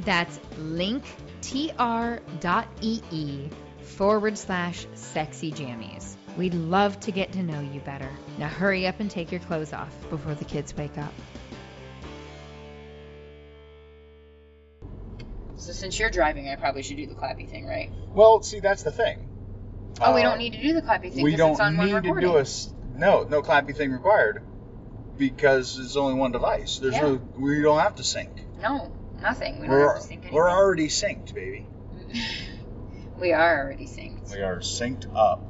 That's linktr.ee E forward slash sexy jammies. We'd love to get to know you better. Now hurry up and take your clothes off before the kids wake up. So since you're driving, I probably should do the clappy thing, right? Well, see, that's the thing. oh, we Uh, don't need to do the clappy thing We because don't it's on one need to recording. do a s- no, no clappy thing required because it's only one device. There's Yeah. no, we don't have to sync. No, nothing. We don't We're have to sync we're anything. already synced, baby. we are already synced. We are synced up.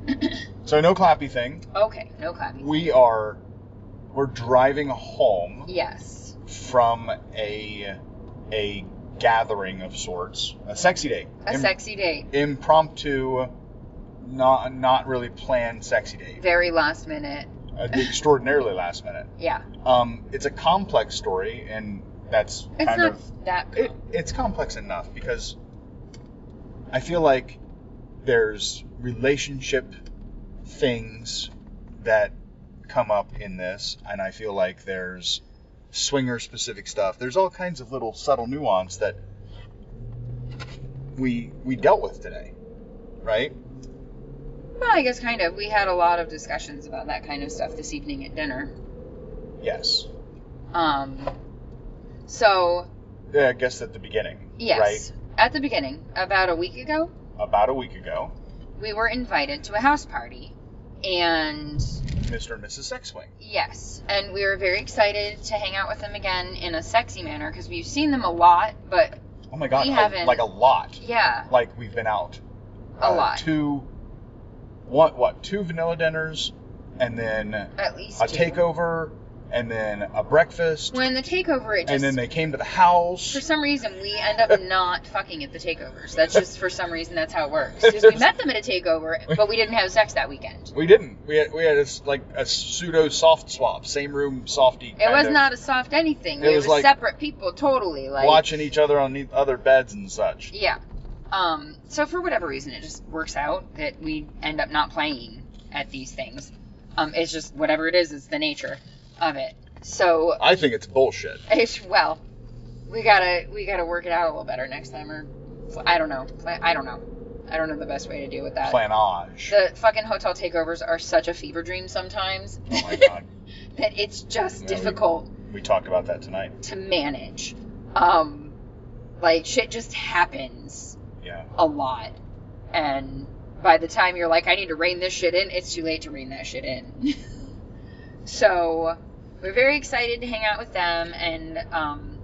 so no clappy thing. Okay, no clappy. We are we're driving home yes. from a a gathering of sorts, a sexy date, A Im- sexy date. impromptu, not not really planned sexy date, Very last minute. Uh, extraordinarily last minute. Yeah. Um, it's a complex story, and that's It's kind not of that it, com- it's complex enough because I feel like there's relationship things that come up in this, and I feel like there's swinger specific stuff. There's all kinds of little subtle nuance that we we dealt with today, right? Well, I guess kind of. We had a lot of discussions about that kind of stuff this evening at dinner. Yes. Um, so, Yeah, I guess at the beginning, yes. At the beginning, about a week ago, right? About a week ago, we were invited to a house party. And Mr. and Mrs. Sexwing. Yes, and we were very excited to hang out with them again in a sexy manner because we've seen them a lot, but Oh my god, We a- haven't- like a lot. yeah, Like we've been out a Uh, lot. Two, what what two vanilla dinners, and then a at least two. takeover, and then a breakfast, When the takeover, it just and then they came to the house. for some reason we end up not fucking at the takeovers. That's just for some reason that's how it works. 'Cause we met them at a takeover, but we didn't have sex that weekend. we didn't. We had we had a, s- like a pseudo soft swap, same room softy. It was not a soft anything. It we was were like- separate people, totally. Like watching each other on the other beds and such. Yeah. Um, so for whatever reason, it just works out that we end up not playing at these things. Um, it's just whatever it is, it's the nature of it. So I think it's bullshit. it's well, we gotta we gotta work it out a little better next time, or I don't know. Pla- I don't know. I don't know the best way to deal with that. Planage. The fucking hotel takeovers are such a fever dream sometimes oh my god, that it's just Yeah, we- difficult we talked about that tonight. to manage. Um, like shit just happens. Yeah. a lot. And by the time you're like, I need to rein this shit in, it's too late to rein that shit in. so we're very excited to hang out with them and um,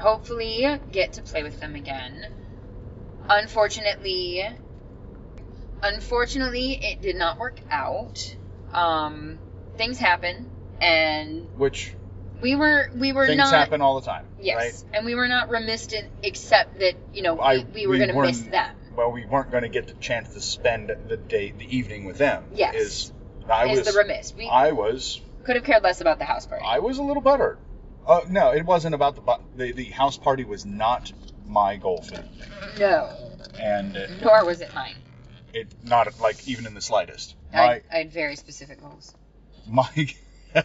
hopefully get to play with them again. Unfortunately, unfortunately, it did not work out. Um, things happen, and Which we were we were things not happen all the time. yes, and we were not remiss in except that you know we, I- we were we going to weren't- miss them. Right. Well, we weren't going to get the chance to spend the day, the evening with them. Yes. Is I is was the remiss. We I was could have cared less about the house party. I was a little buttered. Uh, no, it wasn't about the, bu- the the house party was not my goal for the evening, no, and it, nor was it mine. it not like even in the slightest. I, My I had very specific goals. my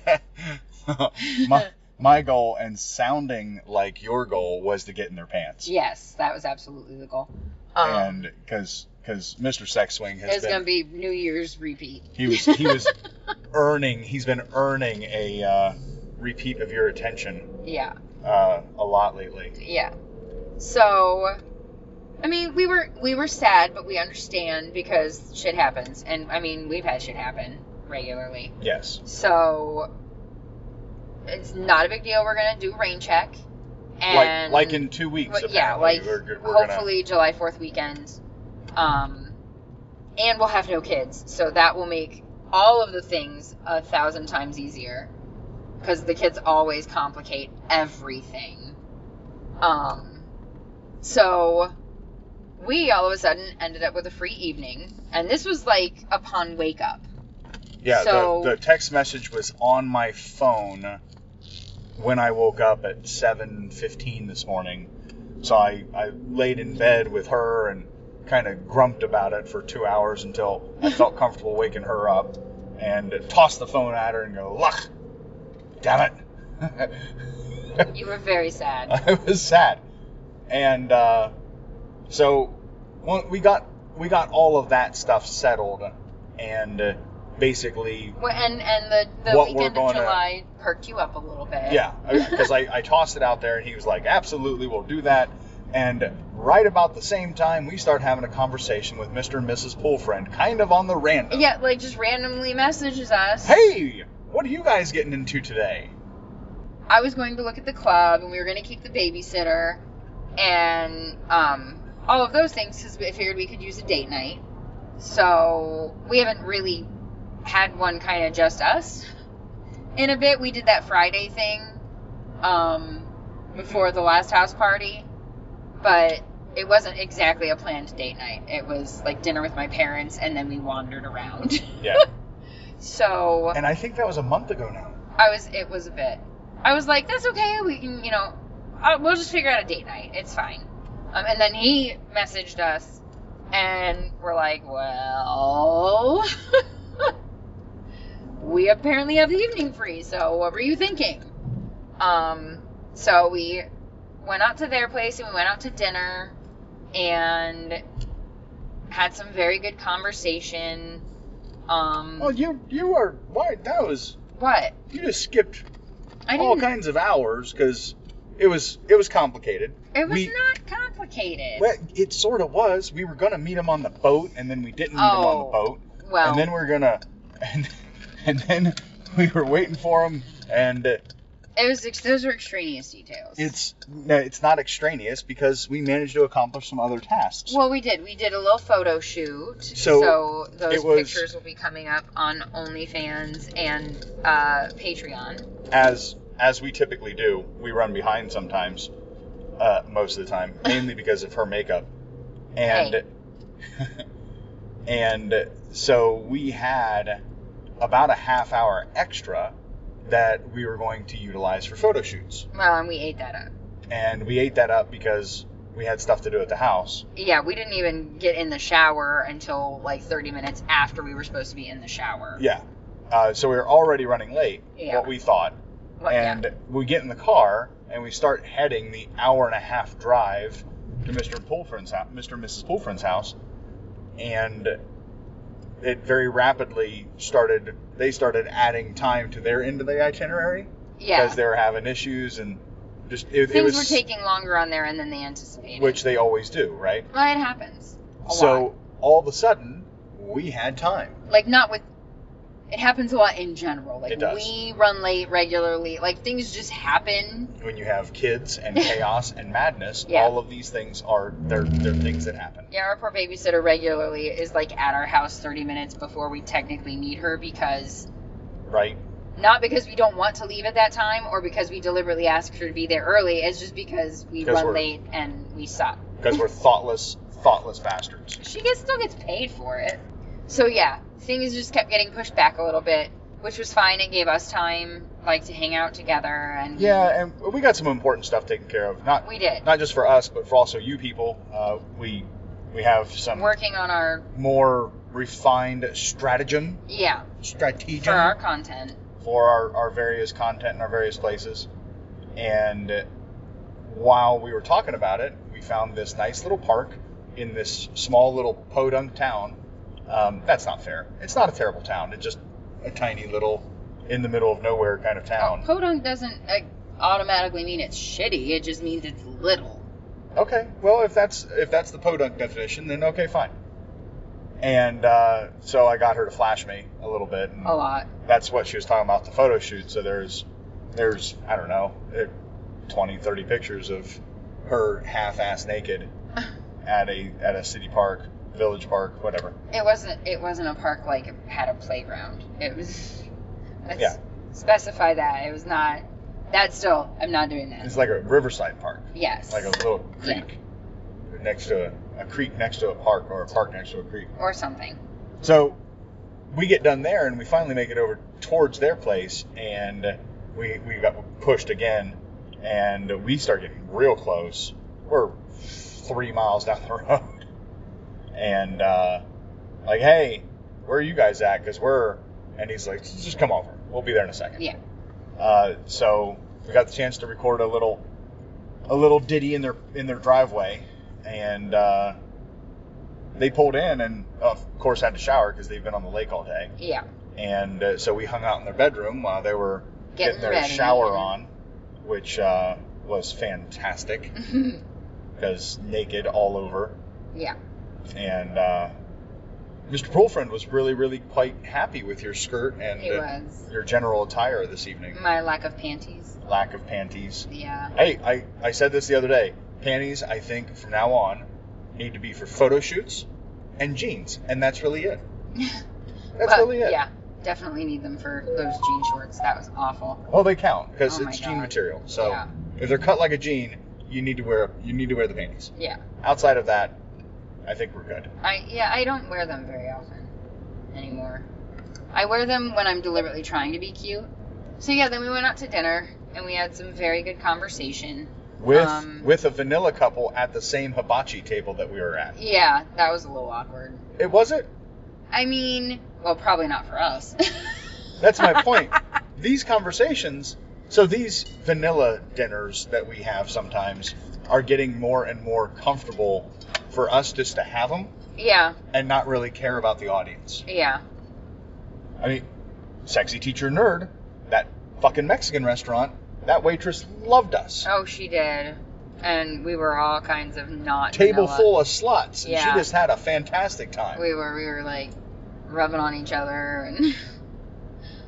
my my goal and sounding like your goal was to get in their pants, Yes, that was absolutely the goal. Um, and because because Mr. Sex Swing has it's been gonna be New Year's repeat. He was he was earning. He's been earning a uh, repeat of your attention Yeah, uh, a lot lately. yeah. So, I mean, we were we were sad, but we understand because shit happens, and I mean, we've had shit happen regularly. Yes. So, It's not a big deal. We're gonna do rain check. like And like in two weeks. Well, yeah, apparently. like We're go- we're gonna- hopefully July Fourth weekend, um, and we'll have no kids, so that will make all of the things a thousand times easier, because the kids always complicate everything. Um, so we all of a sudden ended up with a free evening, and this was like upon wake up. Yeah, So- the, the text message was on my phone when I woke up at 7:15 this morning. So I, I laid in bed with her and kind of grumped about it for two hours until I felt comfortable waking her up and tossed the phone at her and go, "Luck, damn it!" You were very sad. I was sad, and uh, so well, we got we got all of that stuff settled, and uh, basically Well, And and the, the What we're weekend of going to- July perked you up a little bit. Yeah, because I, I tossed it out there and he was like, absolutely, we'll do that. And right about the same time, we start having a conversation with Mr. and Mrs. Poolfriend, kind of on the random. Yeah, like just randomly messages us. Hey, what are you guys getting into today? I was going to look at the club, and we were going to keep the babysitter, and um, all of those things because we figured we could use a date night. So we haven't really had one kind of just us in a bit. We did that Friday thing um, before the last house party, but it wasn't exactly a planned date night. It was like dinner with my parents, and then we wandered around. Yeah. so and I think that was a month ago now. I was, it was a bit. I was like, that's okay. We can, you know, uh, we'll just figure out a date night. It's fine. Um, and then he messaged us, and we're like, well, we apparently have the evening free. So what were you thinking? Um, so we went out to their place and we went out to dinner and had some very good conversation. Um, Well, "Oh, you you are, why, that was, what? you just skipped I all didn't. kinds of hours because it was, it was complicated. It was we- not complicated. Well, it sort of was. We were going to meet him on the boat and then we didn't meet him on Oh. the boat. Well, and then we're gonna and, and then we were waiting for him and uh, it was ex- those were extraneous details. it's no it's not extraneous because we managed to accomplish some other tasks well, we did. We did a little photo shoot, so, So, those it was- pictures will be coming up on OnlyFans and uh, Patreon. as as we typically do we run behind sometimes uh, most of the time mainly because of her makeup and Hey. and so we had about a half hour extra that we were going to utilize for photo shoots Well, and we ate that up. and we ate that up because we had stuff to do at the house Yeah, we didn't even get in the shower until like 30 minutes after we were supposed to be in the shower. Yeah. Uh, so we were already running late, Yeah. what we thought. Well, yeah. and we get in the car and we start heading the hour and a half drive to Mr. Pulfrin's house, Mr. and Mrs. Pulfrin's house. And it very rapidly started, they started adding time to their end of the itinerary yeah, they were having issues and just, it, it things was, were taking longer on there end than they anticipated. which they always do, right? well, it happens. A so lot. all of a sudden, we had time. like not with it happens a lot in general like It does. we run late regularly like things just happen when you have kids and chaos and madness, Yeah. all of these things are they're they're things that happen. yeah our poor babysitter regularly is like at our house 30 minutes before we technically need her because Right? not because we don't want to leave at that time or because we deliberately ask her to be there early it's just because we 'Cause run we're- late and we suck Because we're thoughtless, thoughtless bastards. she gets still gets paid for it. So yeah, things just kept getting pushed back a little bit, which was fine. It gave us time like to hang out together and Yeah, and we got some important stuff taken care of. Not we did not just for us, but for also you people. Uh, we we have some working on our more refined stratagem, yeah stratagem for our content. for our, our various content in our various places. And while we were talking about it, we found this nice little park in this small little podunk town. Um, that's not fair. It's not a terrible town. It's just a tiny little in the middle of nowhere kind of Oh, town. podunk doesn't like, automatically mean it's shitty. It just means it's little. Okay, well if that's if that's the podunk definition, then okay, fine. And uh, so I got her to flash me a little bit. And A lot. that's what she was talking about the photo shoot. So there's there's I don't know, eh, 20, 30 pictures of her half-ass naked at a at a city park, village park, whatever. It wasn't. It wasn't a park like it had a playground. It was. Let's Yeah. specify that it was not. That still, I'm not doing that. It's like a riverside park, Yes. like a little creek next to a, a creek next to a park or a park next to a creek. or something. So we get done there and we finally make it over towards their place and we, we got pushed again and we start getting real close. We're three miles down the road and uh, like, hey, where are you guys at? Because we're, and he's like, just come over. We'll be there in a second. Yeah. Uh, so we got the chance to record a little, a little ditty in their in their driveway, and uh, they pulled in and of course had to shower because they've been on the lake all day, Yeah. and uh, so we hung out in their bedroom while they were Getting getting, their ready. shower on, which uh, was fantastic because naked all over, yeah. and uh, Mr. Poolfriend was really really quite happy with your skirt and It uh, was your general attire this evening. my lack of panties. uh, Lack of panties. Yeah. Hey, I, I said this the other day. Panties, I think, from now on, need to be for photo shoots and jeans, and that's really it. That's Well, really it. Yeah. Definitely need them for those jean shorts. That was awful. Well, they count because Oh my it's jean God. material. So Yeah. if they're cut like a jean, you need to wear you need to wear the panties. Yeah. Outside of that, I think we're good. I yeah, I don't wear them very often anymore. I wear them when I'm deliberately trying to be cute. So yeah, then we went out to dinner and we had some very good conversation. With Um, with a vanilla couple at the same hibachi table that we were at. Yeah, that was a little awkward. It was it. I mean, well, probably not for us. That's my point. These conversations, so these vanilla dinners that we have sometimes are getting more and more comfortable for us just to have them yeah, and not really care about the audience. yeah, I mean, sexy teacher nerd, that fucking Mexican restaurant, that waitress loved us. Oh, she did. And we were all kinds of not uh, Table vanilla. full of sluts. And Yeah. She just had a fantastic time. We were we were like rubbing on each other and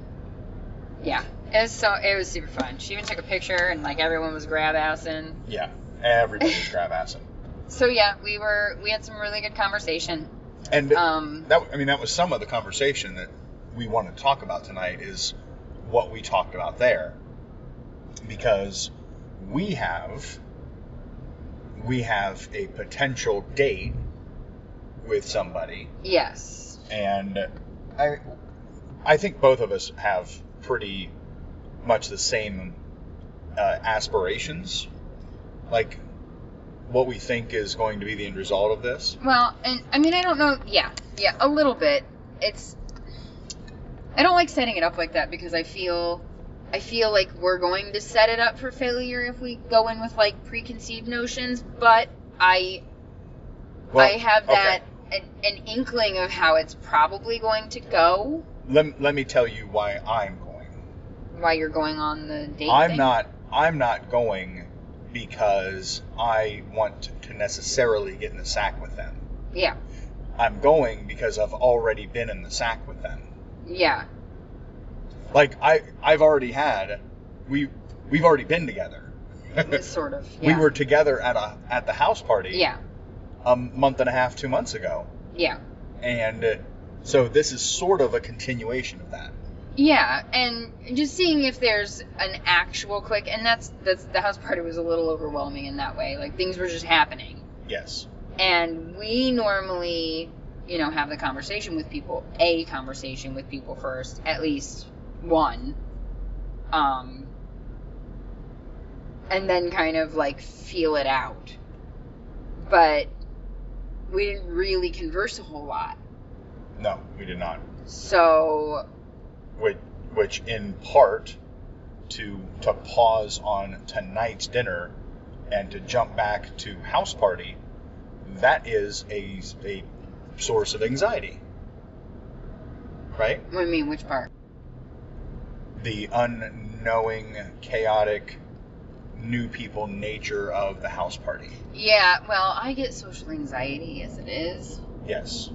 yeah, it was so it was super fun. She even took a picture and like everyone was grab assing. yeah, everybody's grab assing. So yeah, we were we had some really good conversation. And Um, that I mean that was some of the conversation that we want to talk about tonight is what we talked about there because we have we have a potential date with somebody yes, and I I think both of us have pretty much the same uh, aspirations like what we think is going to be the end result of this Well, and I mean, I don't know. Yeah, yeah, a little bit. It's. I don't like setting it up like that because I feel, I feel like we're going to set it up for failure if we go in with like preconceived notions. But I, Well, I have okay. that an, an inkling of how it's probably going to go let, let me tell you why I'm going. while you're going on the date. I'm thing. not I'm not going because I want to necessarily get in the sack with them. Yeah, I'm going because I've already been in the sack with them. yeah, Like I I've already had we we've already been together. sort of. We yeah. were together at a at the house party Yeah, a month and a half, 2 months ago. yeah, And uh, so this is sort of a continuation of that. Yeah, and just seeing if there's an actual click, and that's that's the house party was a little overwhelming in that way. Like things were just happening, Yes. and we normally, you know, have the conversation with people, a conversation with people first, at least one, um, and then kind of like feel it out. But we didn't really converse a whole lot, No, we did not. so which, which in part to to pause on tonight's dinner and to jump back to house party that is a, a source of anxiety right I mean, which part? the unknowing chaotic new people nature of the house party Yeah, well, I get social anxiety as it is, yes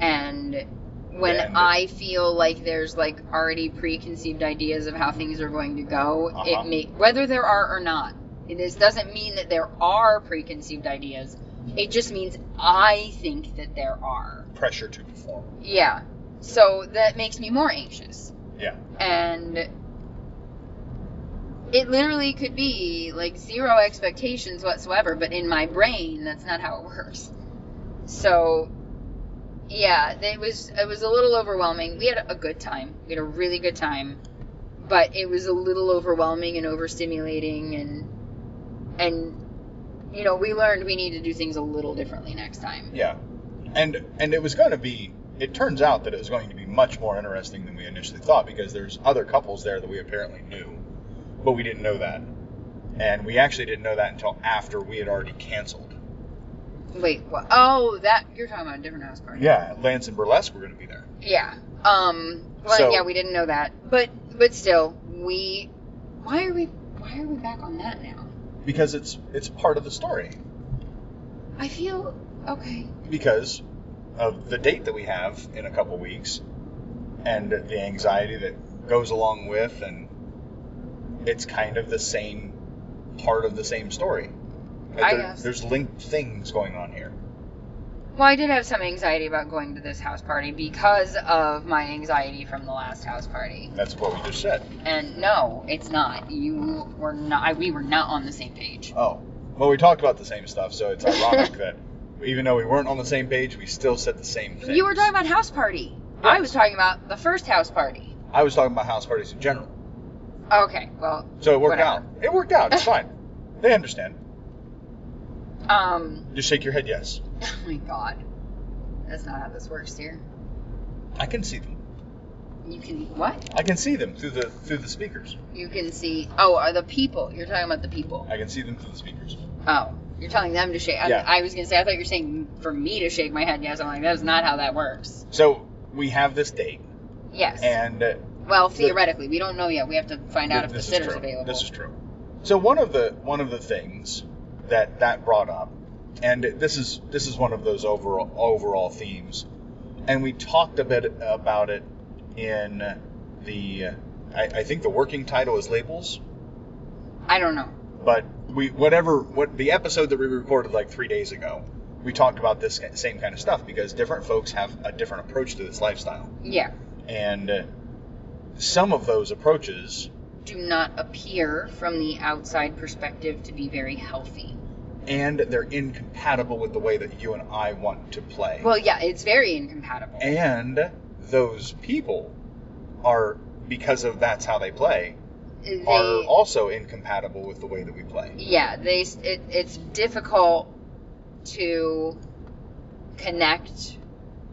and when Yeah, and I feel like there's like already preconceived ideas of how things are going to go, Uh-huh. it may whether there are or not. and This doesn't mean that there are preconceived ideas. It just means I think that there are. pressure to perform. Yeah. So that makes me more anxious. Yeah. And it literally could be like zero expectations whatsoever, but in my brain, that's not how it works. So, yeah, it was it was a little overwhelming. We had a good time. We had a really good time, but it was a little overwhelming and overstimulating, and and you know we learned we need to do things a little differently next time. Yeah. And and it was going to be it turns out that it was going to be much more interesting than we initially thought because there's other couples there that we apparently knew, but we didn't know that. And we actually didn't know that until after we had already canceled. Wait, what? Oh, that you're talking about a different house party. Yeah, Lance and Burlesque were going to be there. Yeah. Um. Well, So- yeah, we didn't know that, but but still, we. Why are we Why are we back on that now? because it's it's part of the story I feel okay. because of the date that we have in a couple weeks and the anxiety that goes along with and it's kind of the same part of the same story I There- guess. there's linked things going on here Well, I did have some anxiety about going to this house party because of my anxiety from the last house party. that's what we just said And no, it's not. You were not. I- We were not on the same page. oh well we talked about the same stuff so it's ironic that even though we weren't on the same page we still said the same thing You were talking about house party. I was talking about the first house party. i was talking about house parties in general Okay. Well. so it worked Whatever. out it worked out it's fine they understand Um. just shake your head yes Oh my God. That's not how this works, dear. i can see them You can what? I can see them through the through the speakers. You can see. Oh, are the people? You're talking about the people. I can see them through the speakers. Oh, you're telling them to shake. I, Yeah. I was gonna say. I thought you were saying for me to shake my head. Yes, I'm like that's not how that works. So we have this date, Yes. and uh, well, theoretically, we don't know yet. We have to find out if the this is sitter's true. available. This is true. So one of the one of the things that that brought up, and this is this is one of those overall overall themes, and we talked a bit about it in the uh, I, I think the working title is labels, I don't know. but we whatever what the episode that we recorded like three days ago, we talked about this same kind of stuff because different folks have a different approach to this lifestyle. Yeah. and uh, some of those approaches Do not appear from the outside perspective to be very healthy. and they're incompatible with the way that you and I want to play. Well, yeah, it's very incompatible. and those people are because of that's how they play they, are also incompatible with the way that we play. yeah they it, it's difficult to connect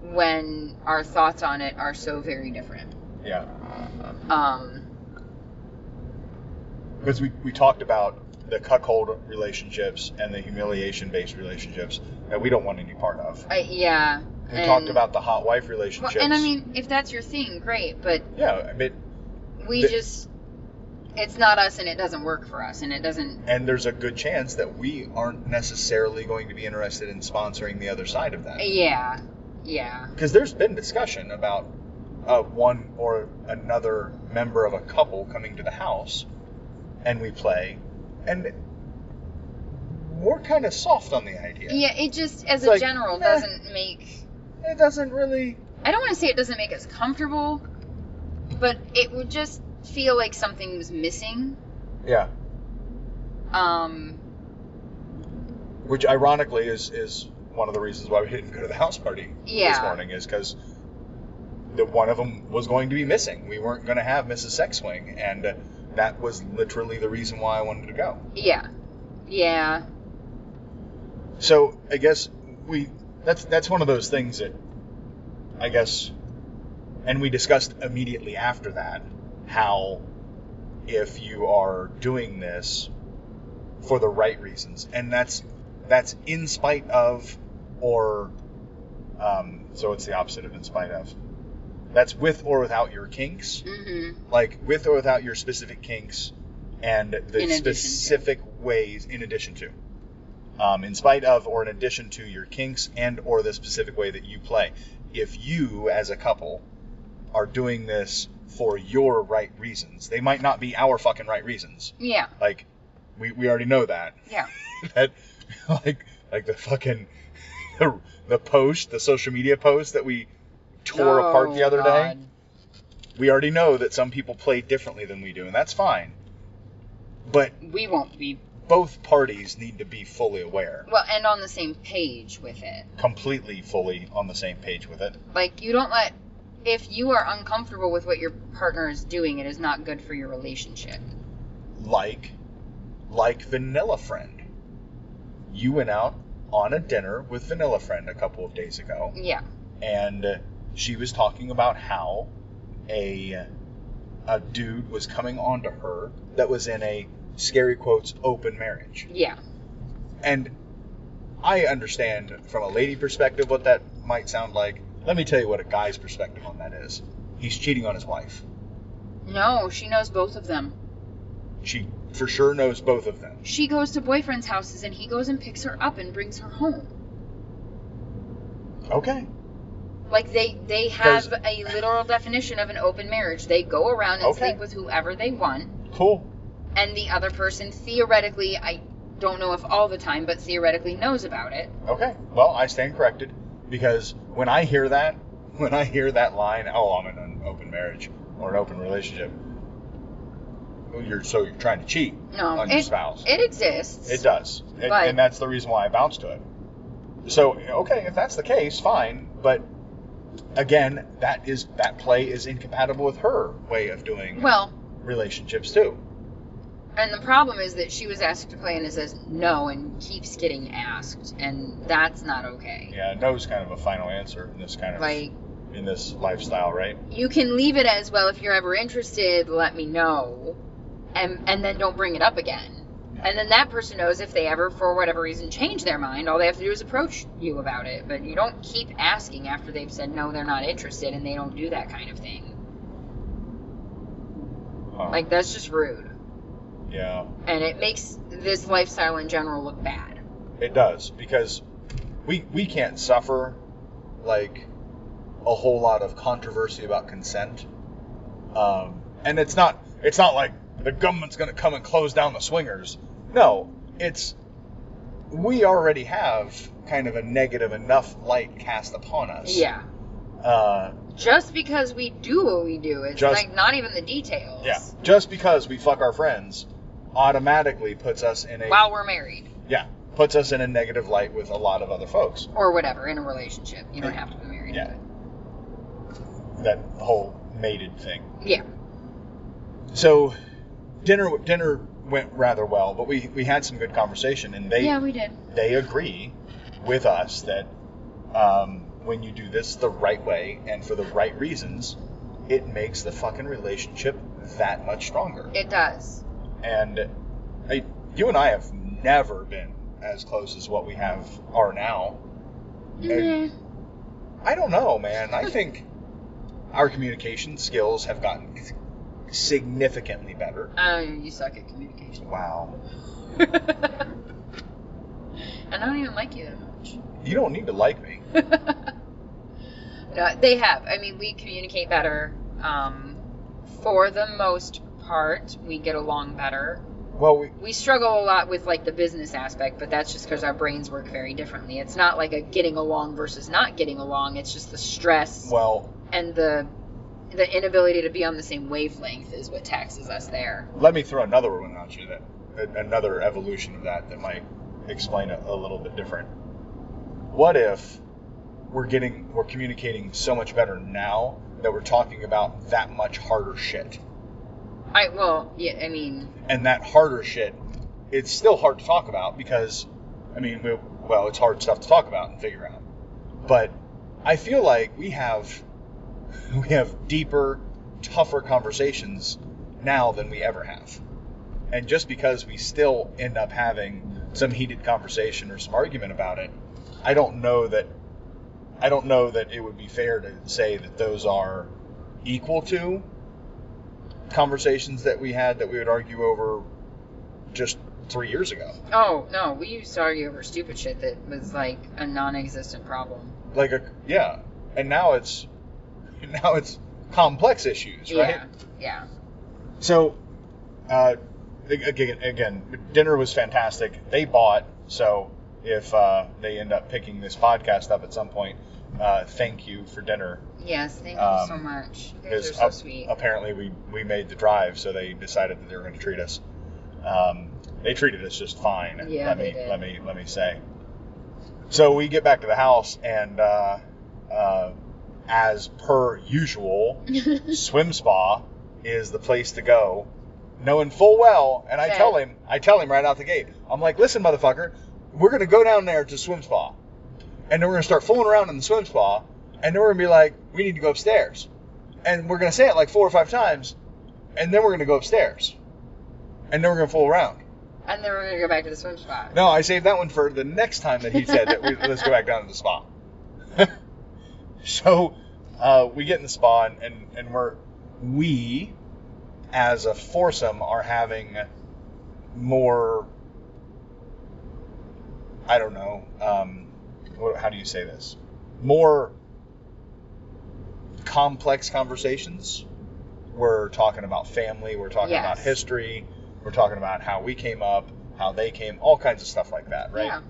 when our thoughts on it are so very different Yeah. um Because we, we talked about the cuckold relationships and the humiliation based relationships that we don't want any part of. I, yeah We and- talked about the hot wife well, relationships. and i mean if that's your thing great but yeah, I mean, we The- just it's not us and it doesn't work for us and it doesn't and there's a good chance that we aren't necessarily going to be interested in sponsoring the other side of that yeah yeah because there's been discussion about uh, one or another member of a couple coming to the house and we play and we're kind of soft on the idea yeah, it just as It's a like, general eh. doesn't make it doesn't really I don't want to say it doesn't make us comfortable, but it would just feel like something was missing. yeah Um, which ironically is is one of the reasons why we didn't go to the house party this Yeah. morning is because the one of them was going to be missing. We weren't going to have Mrs. Sex Swing, and uh, that was literally the reason why I wanted to go. yeah, yeah, So I guess we that's that's one of those things that I guess, and we discussed immediately after that how if you are doing this for the right reasons, and that's that's in spite of or um, so it's the opposite of in spite of. That's with or without your kinks mm-hmm. like with or without your specific kinks and In the addition to. specific ways in addition to um, in spite of or in addition to your kinks and or the specific way that you play if you as a couple are doing this for your right reasons. They might not be our fucking right reasons. Yeah. Like we, we already know that. Yeah. that like like the fucking the, the post, the social media post that we tore apart the Oh, other day. God. We already know that some people play differently than we do, and that's fine. But We won't be both parties need to be fully aware, well, and on the same page with it. completely fully on the same page with it. Like you don't let if you are uncomfortable with what your partner is doing, it is not good for your relationship. Like like Vanilla Friend. You went out on a dinner with Vanilla Friend a couple of days ago. Yeah. and she was talking about how a a dude was coming onto her that was in a scary quotes open marriage. Yeah. And I understand from a lady perspective what that might sound like. Let me tell you what a guy's perspective on that is. He's cheating on his wife. No, she knows both of them. She for sure knows both of them. She goes to boyfriend's houses and he goes and picks her up and brings her home. Okay. Like they they have Does- a literal definition of an open marriage. They go around and Okay. sleep with whoever they want. Cool. and the other person theoretically i don't know if all the time but theoretically knows about it Okay. Well, I stand corrected because when I hear that, when I hear that line, oh, I'm in an open marriage or an open relationship, you're so you're trying to cheat no on your it, spouse. it exists It does, It- But- and that's the reason why I bounced to it. So, okay, if that's the case, fine. But again, that is that play is incompatible with her way of doing well relationships too. and the problem is that she was asked to play and it says no and keeps getting asked and that's not okay Yeah, no is kind of a final answer in this kind of like in this lifestyle, right? you can leave it as well if you're ever interested let me know and and then don't bring it up again and then that person knows if they ever for whatever reason change their mind all they have to do is approach you about it but you don't keep asking after they've said no they're not interested and they don't do that kind of thing Huh. like that's just rude Um, yeah. and it makes this lifestyle in general look bad It does because we we can't suffer like a whole lot of controversy about consent. Um, and it's not it's not like the government's going to come and close down the swingers. No, it's we already have kind of a negative enough light cast upon us. yeah Uh, just because we do what we do it's Just- like not even the details yeah. Just because we fuck our friends automatically puts us in a while we're married yeah puts us in a negative light with a lot of other folks. or whatever in a relationship you don't Yeah. have to be married Yeah. That whole mated thing. but- yeah so dinner dinner went rather well, but we we had some good conversation, and they yeah we did they agree with us that um, when you do this the right way and for the right reasons, it makes the fucking relationship that much stronger. It does. And I, you and I have never been as close as what we have are now. And- I don't know, man. I think our communication skills have gotten significantly better. Oh, you suck at communication. Wow. and I don't even like you that much. You don't need to like me. no, they have. I mean, we communicate better. Um, for the most part, we get along better. Well, we, We struggle a lot with like the business aspect, but that's just because our brains work very differently. It's not like a getting along versus not getting along. It's just the stress well, and the the inability to be on the same wavelength is what taxes us there. let me throw another one at you that a- another evolution of that that might explain it a little bit different. What if we're getting we're communicating so much better now that we're talking about that much harder shit, I well, yeah. I mean, and that harder shit, it's still hard to talk about because, I mean, we, well, it's hard stuff to talk about and figure out, but I feel like we have we have deeper, tougher conversations now than we ever have. And just because we still end up having some heated conversation or some argument about it, I don't know that I don't know that it would be fair to say that those are equal to conversations that we had that we would argue over just 3 years ago. Oh no, we used to argue over stupid shit that was like a non-existent problem. Like a yeah, and now it's now it's complex issues, right? Yeah. Yeah. So, uh, again, again, dinner was fantastic. They bought. So if uh, they end up picking this podcast up at some point, uh, thank you for dinner. Yes. Thank you Um, so much. You guys Because are so ap- sweet. apparently we we made the drive, so they decided that they were going to treat us. Um, they treated us just fine. Yeah, let they me did. let me let me say. So we get back to the house, and uh, uh, as per usual, swim spa is the place to go, knowing full well. And I Said. tell him, I tell him right out the gate, I'm like, listen, motherfucker, we're gonna go down there to swim spa, and then we're gonna start fooling around in the swim spa, and then we're gonna be like, we need to go upstairs, and we're gonna say it like four or five times, and then we're gonna go upstairs, and then we're gonna fool around. and then we're gonna go back to the swim spot. No, I saved that one for the next time that he said that we, let's go back down to the spa. so uh, we get in the spa and, and, and we're we as a foursome are having more I don't know um, what, how do you say this more complex conversations. We're talking about family. We're talking about Yes. history. We're talking about how we came up, how they came, all kinds of stuff like that, right? Yeah.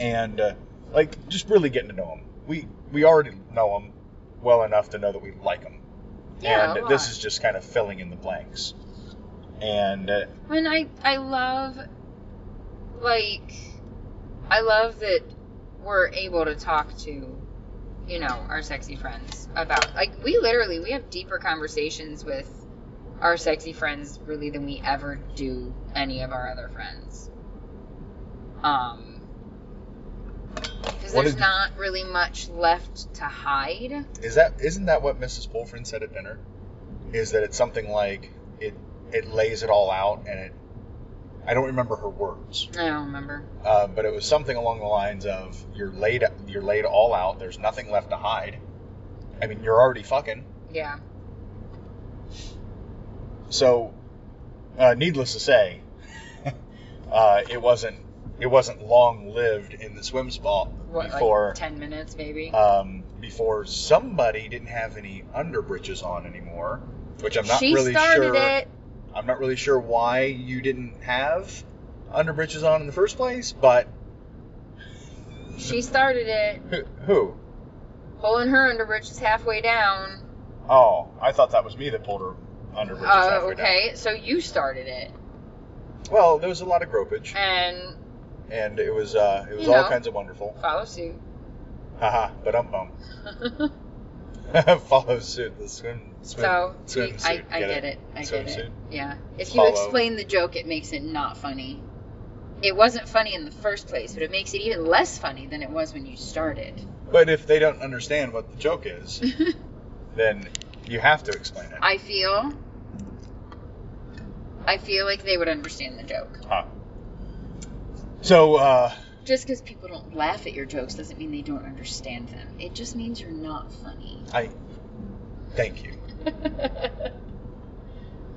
and uh, like just really getting to know them. We we already know them well enough to know that we like them, Yeah. and a this lot. is just kind of filling in the blanks. And uh, And I I love like I love that we're able to talk to you know our sexy friends about like we literally we have deeper conversations with our sexy friends really than we ever do any of our other friends. Um because What there's did- not really much left to hide. is that isn't that what Mrs. Pulfrin said at dinner? Is that it's something like it it lays it all out, and it I don't remember her words, I don't remember. uh, but it was something along the lines of you're laid you're laid all out. There's nothing left to hide. I mean, you're already fucking. Yeah. So, uh, needless to say, uh, it wasn't it wasn't long lived in the swim spa What before like 10 minutes maybe? um, before somebody didn't have any underbritches on anymore, which I'm not she really started sure. it. I'm not really sure why you didn't have underbritches on in the first place, but She started it. who? who? Pulling her underbridge is halfway down. Oh, I thought that was me that pulled her underbritches Oh, halfway okay. So you started it. down. Well, there was a lot of gropage, And and it was uh, it was You all know. kinds of wonderful. follow suit. Haha, but I'm bum. follow suit. The swim. swim so swim I, suit. I get it. I get Swimsuit. it. Yeah. If you Follow. explain the joke, it makes it not funny. It wasn't funny in the first place, but it makes it even less funny than it was when you started. But if they don't understand what the joke is, then you have to explain it. I feel. I feel like they would understand the joke. Huh. So uh, Just because people don't laugh at your jokes doesn't mean they don't understand them. It just means you're not funny. I thank you.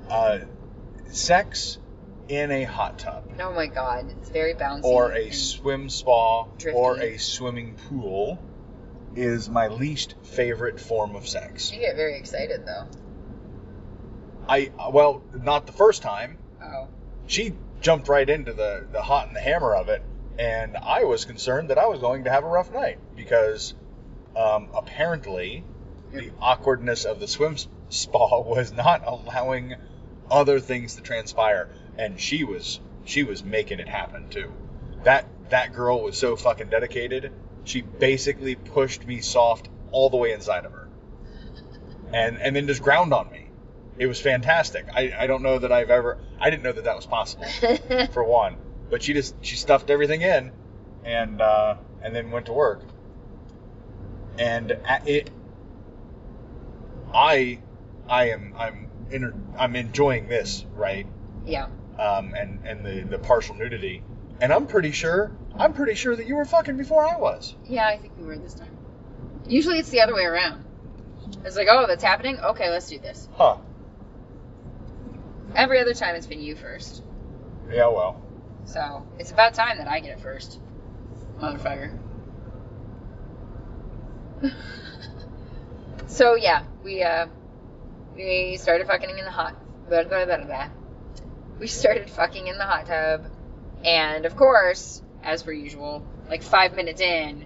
Uh, sex in a hot tub Oh my god, it's very bouncy. or a and- swim spa or Drifty. a swimming pool is my least favorite form of sex. You get very excited though. I well, not the first time. Oh. she jumped right into the, the hot and the hammer of it, and I was concerned that I was going to have a rough night because um, apparently the awkwardness of the swim s- spa was not allowing other things to transpire, and she was she was making it happen too. That that girl was so fucking dedicated. She basically pushed me soft all the way inside of her, and and then just ground on me. It was fantastic. I, I don't know that I've ever I didn't know that that was possible for one. But she just she stuffed everything in, and uh, and then went to work. And a- it, I, I am I'm inter- I'm enjoying this right, yeah. um, and and the the partial nudity, and I'm pretty sure I'm pretty sure that you were fucking before I was. Yeah, I think we were this time. Usually it's the other way around. It's like, oh, that's happening? Okay, let's do this. Huh? Every other time it's been you first. Yeah. Well. So it's about time that I get it first. Motherfucker. So yeah, we uh, we started fucking in the hot. Blah, blah, blah, blah. We started fucking in the hot tub, and of course, as per usual, like five minutes in,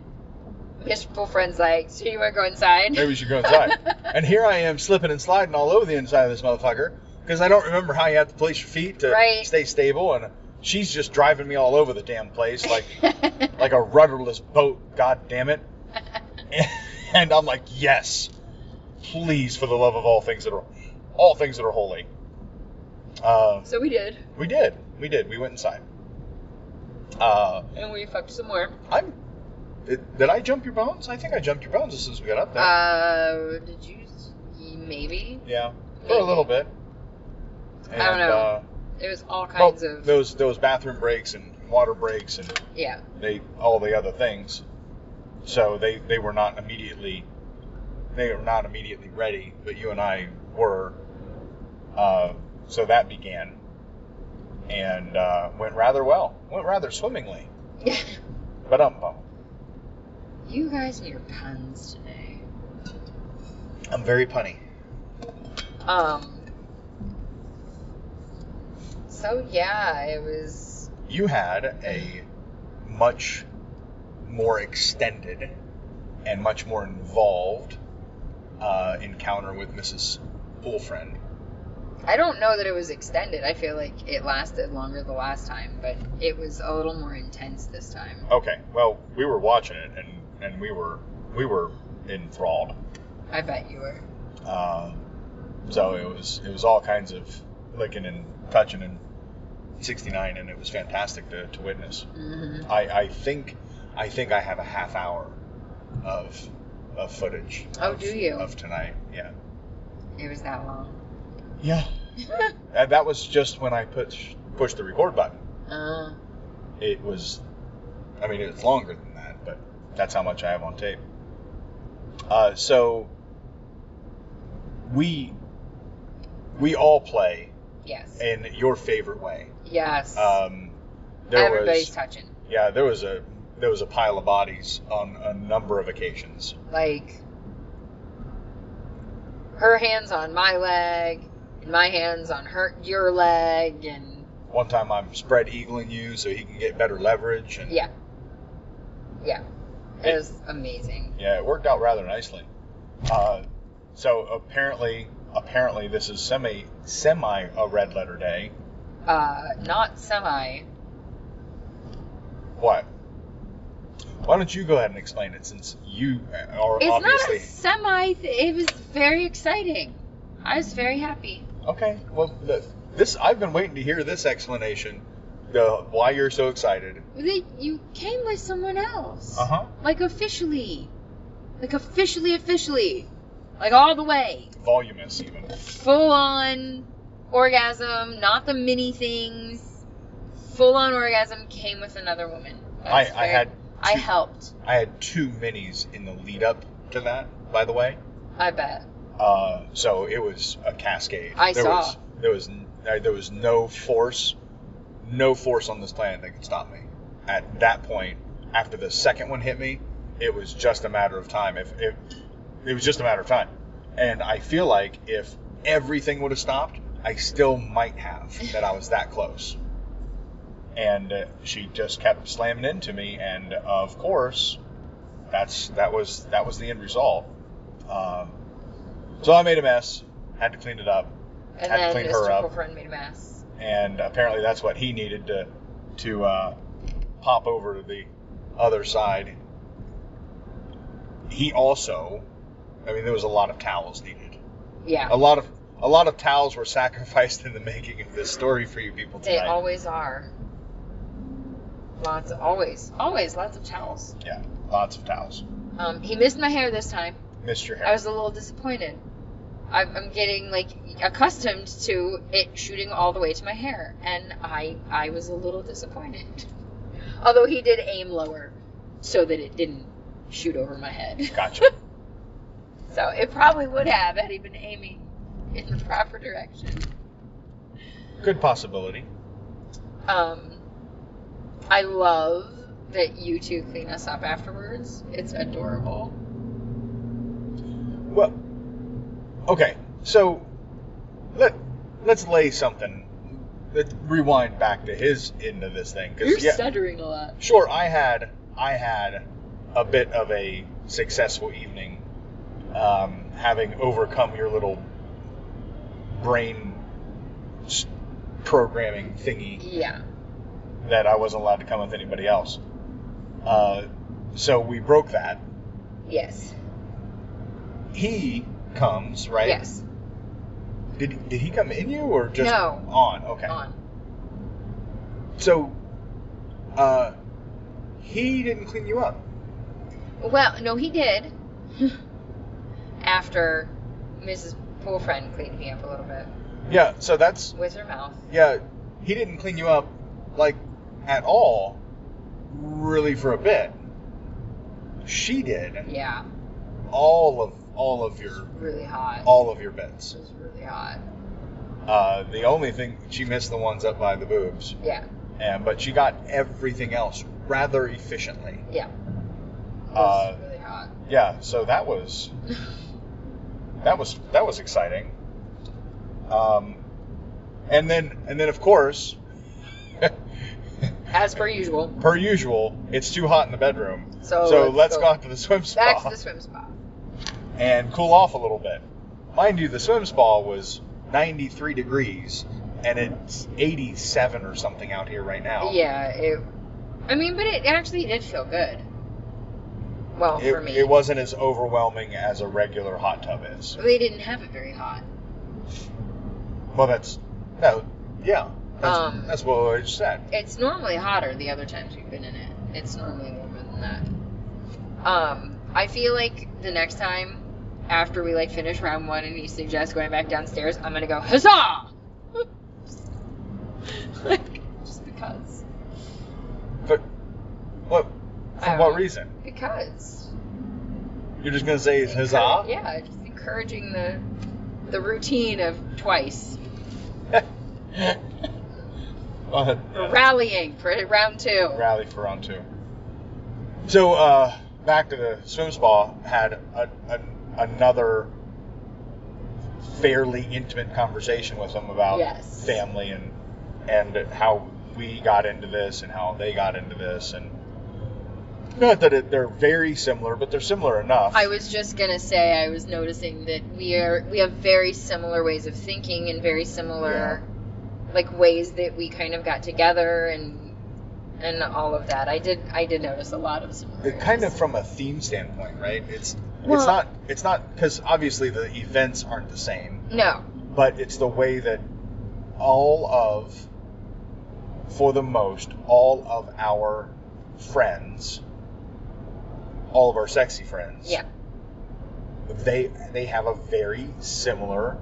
miserable friend's like, "So you want to go inside?" Maybe we should go inside. and here I am slipping and sliding all over the inside of this motherfucker because I don't remember how you have to place your feet to Right. stay stable, and she's just driving me all over the damn place like like a rudderless boat. God damn it! and I'm like, yes, please, for the love of all things that are all things that are holy. Uh, so we did, we did, we did, we went inside. Uh, and we fucked some more. I'm. Did, did I jump your bones? I think I jumped your bones as soon as we got up there. Uh, did you? Maybe yeah, for a little bit. I don't know. it was all well, kinds of those those bathroom breaks and water breaks and yeah. they all the other things. So they they were not immediately they were not immediately ready, but you and I were. Uh, so that began and uh, went rather well. Went rather swimmingly. But um, bum. you guys and your puns today. I'm very punny. Um. So yeah, it was. You had a much more extended and much more involved uh, encounter with Mrs. Poolfriend. I don't know that it was extended. I feel like it lasted longer the last time, but it was a little more intense this time. Okay. Well, we were watching it, and and we were we were enthralled. I bet you were. Uh, so it was it was all kinds of licking and touching and 69, and it was fantastic to, to witness. Mm-hmm. I, I think I think I have a half hour of of footage. Oh, of- do you? Of tonight, yeah. It was that long. Yeah. And Uh, that was just when I push pushed the record button. uh, It was, I mean, it's longer than that, but that's how much I have on tape. Uh, so we we all play yes. in your favorite way. yes. Um, there Everybody's was touching. yeah, there was a there was a pile of bodies on a number of occasions. Like her hands on my leg, and my hands on her your leg, and One time I'm spread eagling you so he can get better leverage, and yeah, yeah. It It- was amazing. Yeah, it worked out rather nicely. Uh, so apparently, apparently this is semi semi a red letter day. Uh, not semi. What? Why don't you go ahead and explain it since you are It's obviously not a semi. Th- it was very exciting. I was very happy. okay. Well, the, this I've been waiting to hear this explanation. The why you're so excited. They, you came with someone else. huh. Like officially. Like officially, officially. Like all the way. Voluminous even. Full on orgasm, not the mini things. Full on orgasm came with another woman. That I, was I very- had I two- helped. I had two minis in the lead up to that. By the way. I bet. Uh, so it was a cascade. I there saw. Was, there was n- uh, there was no force, no force on this planet that could stop me. At that point, after the second one hit me, it was just a matter of time. If if it was just a matter of time, and I feel like if everything would have stopped, I still might have. That I was that close. And uh, she just kept slamming into me, and of course, that's that was that was the end result. Um, so I made a mess, had to clean it up, And Had to then clean Mr. her up. Girlfriend made a mess. and apparently that's what he needed to to uh, pop over to the other side. He also, I mean, there was a lot of towels needed. Yeah. A lot of a lot of towels were sacrificed in the making of this story for you people They tonight. always are. Lots, of, always, always, lots of towels. yeah, lots of towels. Um, he missed my hair this time. Missed your hair. I was a little disappointed. I'm, I'm getting like accustomed to it shooting all the way to my hair, and I I was a little disappointed. Although he did aim lower, so that it didn't shoot over my head. Gotcha. So it probably would have had he been aiming in the proper direction. Good possibility. Um, I love that you two clean us up afterwards. It's adorable. Well, okay. So let let's lay something. Let's rewind back to his end of this thing You're because yeah, stuttering a lot. sure I had I had a bit of a successful evening, um, having overcome your little brain s- programming thingy Yeah. that I wasn't allowed to come with anybody else. Uh, so we broke that. Yes. He comes, right? Yes. Did, did he come in you or just No. on? Okay. On. So, uh, he didn't clean you up. Well, no, he did. After Mrs. Poolfriend cleaned me up a little bit Yeah. So that's with her mouth. yeah. He didn't clean you up like at all, really for a bit. She did Yeah. all of all of your Really hot. all of your bits. This was really hot. Uh, the only thing she missed the ones up by the boobs. Yeah. and but she got everything else rather efficiently. Yeah. This Uh, was really hot. yeah, so that was that was that was exciting. Um, and then and then of course, As per usual. per usual, it's too hot in the bedroom. So, so let's go go out to the swim spa back to the swim spa. and cool off a little bit. Mind you, the swim spa was 93 degrees, and it's 87 or something out here right now. Yeah. It. I mean, but it actually did feel good. Well, it, for me, it wasn't as overwhelming as a regular hot tub is. They didn't have it very hot. Well, that's no, yeah. That's, Um, that's what I just said. It's normally hotter the other times we've been in it. It's normally warmer than that. Um, I feel like the next time after we like finish round one and he suggests going back downstairs, I'm gonna go huzzah. like just because. But what? I For don't what know. reason? Because. You're just gonna say Encour- huzzah? Yeah, just encouraging the the routine of twice Uh, rallying for round two. rally for round two. So uh, back to the swim spa had a, a, another fairly intimate conversation with them about Yes. family and and how we got into this and how they got into this and not that it, they're very similar, but they're similar enough. I was just gonna say I was noticing that we are we have very similar ways of thinking and very similar like ways that we kind of got together and and all of that. I did I did notice a lot of It similarities. kind of from a theme standpoint, right? It's it's Well- not it's not because obviously the events aren't the same, no but it's the way that all of, for the most, all of our friends, all of our sexy friends, yeah they they have a very similar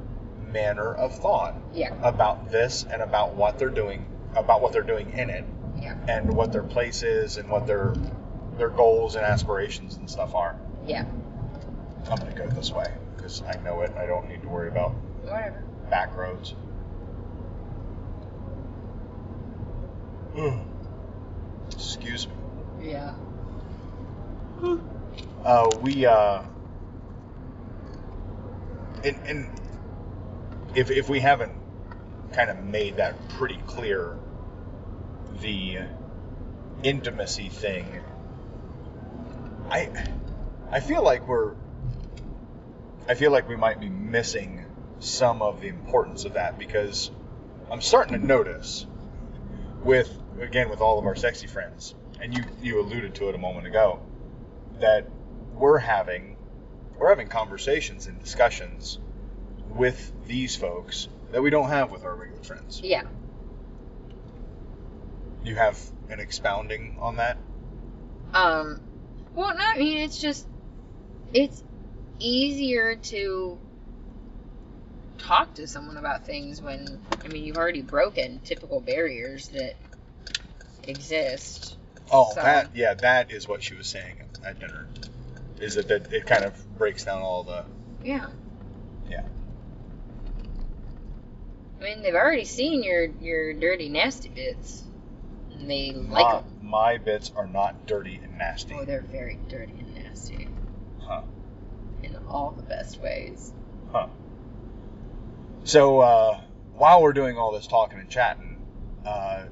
manner of thought yeah about this and about what they're doing, about what they're doing in it, yeah and what their place is, and what their their goals and aspirations and stuff are. yeah I'm gonna go this way because I know it. I don't need to worry about whatever. back roads. Mm. Excuse me. Yeah Uh, we uh, and, and if if we haven't kind of made that pretty clear, the intimacy thing. I I feel like we're I feel like we might be missing some of the importance of that because I'm starting to notice with again with all of our sexy friends and you you alluded to it a moment ago that we're having we're having conversations and discussions with these folks that we don't have with our regular friends. yeah. You have an expounding on that? Um, well, no, I mean, it's just, it's easier to talk to someone about things when, I mean, you've already broken typical barriers that exist. Oh, So- that yeah, that is what she was saying at dinner. Is that, that it kind of breaks down all the Yeah. Yeah. I mean, they've already seen your, your dirty, nasty bits. And they Mm-hmm. like Oh, my, 'em. my bits are not dirty and nasty. Oh, they're very dirty and nasty. Huh. in all the best ways. Huh. So uh, while we're doing all this talking and chatting, uh,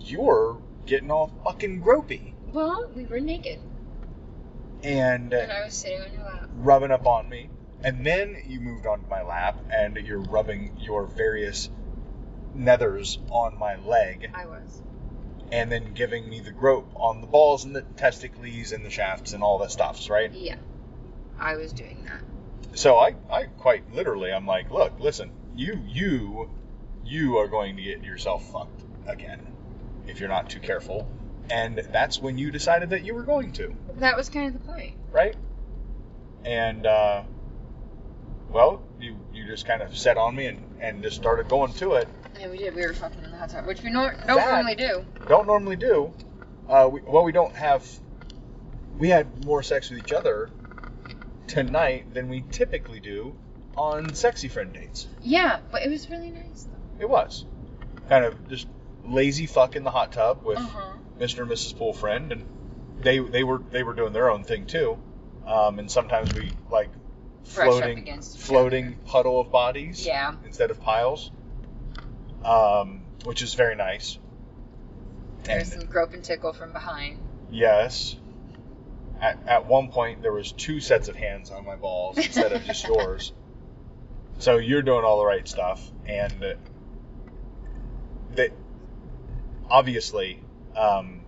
you're getting all fucking gropey Well, we were naked, and and I was sitting on your lap. rubbing up on me, and then you moved onto my lap and you're rubbing your various nethers on my leg, I was. and then giving me the grope on the balls and the testicles and the shafts and all the stuffs, right? Yeah, I was doing that. So I, I quite literally, I'm like, look, listen, you, you, you are going to get yourself fucked again if you're not too careful, and that's when you decided that you were going to. That was kind of the point. right? And uh, well, you you just kind of set on me and, and just started going to it. Yeah, we did. We were fucking in the hot tub, which we nor- don't That- normally do. Don't normally do. Uh, we, well, we don't have. We had more sex with each other tonight than we typically do on sexy friend dates. Yeah, but it was really nice though. It was kind of just lazy fuck in the hot tub with Uh huh. Mr. and Mrs. Pool friend, and they they were they were doing their own thing too. Um, and sometimes we like Brush up floating against each floating puddle of bodies Yeah. instead of piles, um, which is very nice. There's And- some grope and tickle from behind. Yes. At, at one point, there was two sets of hands on my balls instead of just yours. So you're doing all the right stuff, and uh, that obviously, um,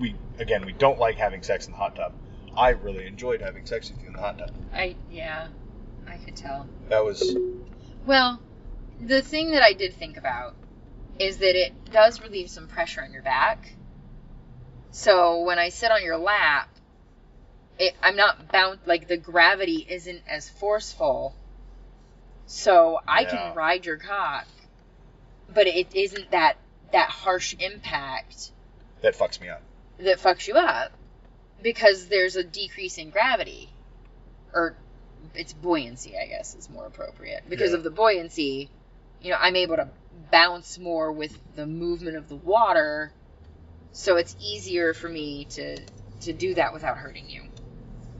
we again we don't like having sex in the hot tub. I really enjoyed having sex with you in the hot tub. I yeah, I could tell. That was Well, the thing that I did think about is that it does relieve some pressure on your back. So when I sit on your lap, it, I'm not bound, like the gravity isn't as forceful. So I Yeah. can ride your cock, but it isn't that that harsh impact that fucks me up. that fucks you up because there's a decrease in gravity or it's buoyancy i guess is more appropriate because Yeah. of the buoyancy you know i'm able to bounce more with the movement of the water so it's easier for me to to do that without hurting you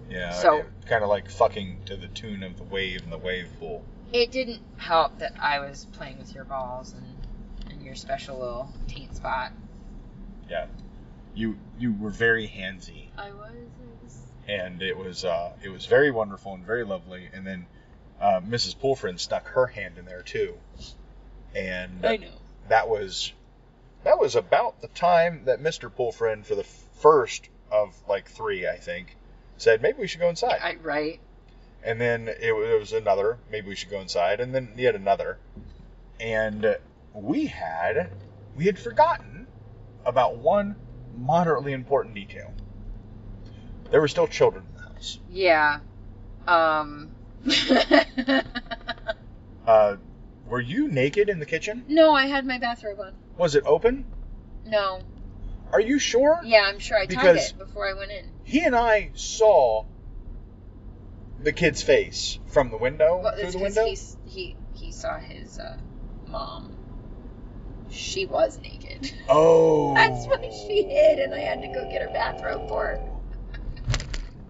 Yeah. So- kind of like fucking to the tune of the wave and the wave pool. it didn't help that i was playing with your balls and and your special little taint spot Yeah. You you were very handsy. i was, and it was uh, it was very wonderful and very lovely. And then uh, Mrs. Poolfriend stuck her hand in there too, and know that was that was about the time that Mr. Poolfriend, for the first of like three, I think, said maybe we should go inside. I, right And then it was, it was another maybe we should go inside, and then yet another, and we had we had forgotten about one moderately important detail. There were still children in the house. yeah um Uh, were you naked in the kitchen? No, I had my bathrobe on. Was it open? No. Are you sure? Yeah, I'm sure I tied Because- it before I went in. He and I saw the kid's face from the window Well, through it's the because window. he's he he saw his uh, mom. She was naked. Oh, That's why she hid, and I had to go get her bathrobe for her.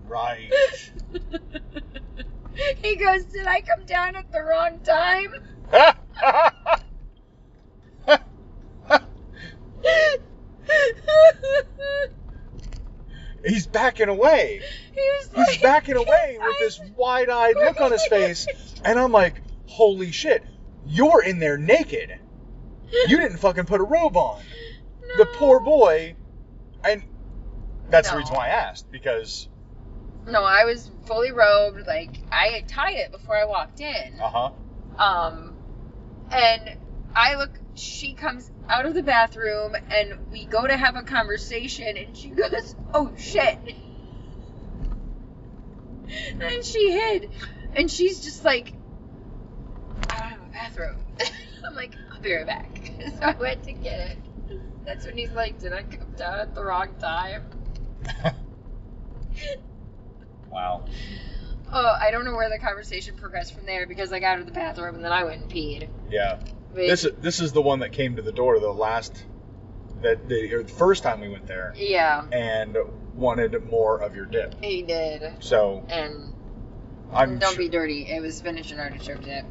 Right. he goes, "Did I come down at the wrong time?" he he's backing away. was He's like, backing away "Guys, with this wide-eyed look on his face, and I'm like, "Holy shit! You're in there naked. You didn't fucking put a robe on." the poor No. boy and that's the No. reason why I asked because No, I was fully robed. Like I had tied it before I walked in. uh-huh Um, and I look. She comes out of the bathroom, and we go to have a conversation, and she goes, "Oh shit!" And she hid, and she's just like, "I don't have a bathroom." I'm like, "I'll be right back." So I went to get it. That's when he's like, "Did I come down at the wrong time?" wow Oh, I don't know where the conversation progressed from there because I got out of the bathroom and then I went and peed. yeah But- this is this is the one that came to the door the last that the, or the first time we went there yeah, and wanted more of your dip he did. so And I'm Don't su- be dirty. It was spinach and artichoke dip.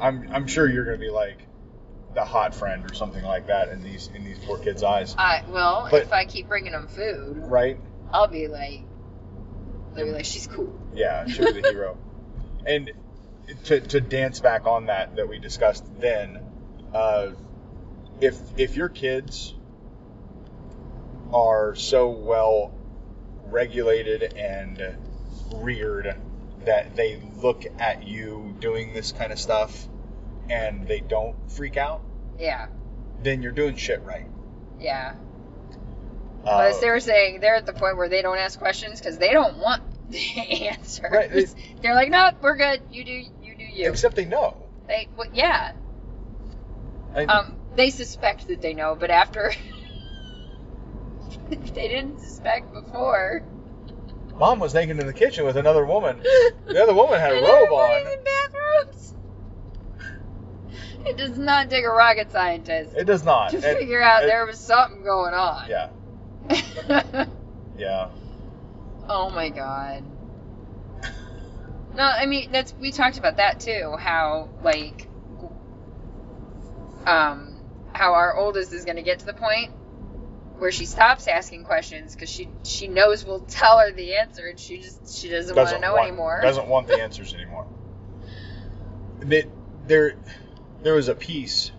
I'm I'm sure you're gonna be like the hot friend or something like that in these in these poor kids' eyes, I well, But- if I keep bringing them food, right? I'll be like, they'll be like, she's cool. Yeah, she was a hero. And to, to dance back on that that we discussed then, uh, if if your kids are so well regulated and reared that they look at you doing this kind of stuff and they don't freak out, Yeah, then you're doing shit right. yeah. Uh, But as they were saying, they're at the point where they don't ask questions because they don't want the answers. Right, it- They're like, no, we're good. You do, you do you. except they know. They, well, yeah. I- Um, they suspect that they know, but after if they didn't suspect before. Mom was naked in the kitchen with another woman. The other woman had a robe on. In bathrooms. It does not take a rocket scientist It does not. to It- figure out it- there was something going on. Yeah, yeah. oh my god. No, I mean that's we talked about that too. How like, um, how our oldest is going to get to the point where she stops asking questions because she she knows we'll tell her the answer and she just she doesn't, want to know anymore. Doesn't want the answers anymore. That there, there was a piece.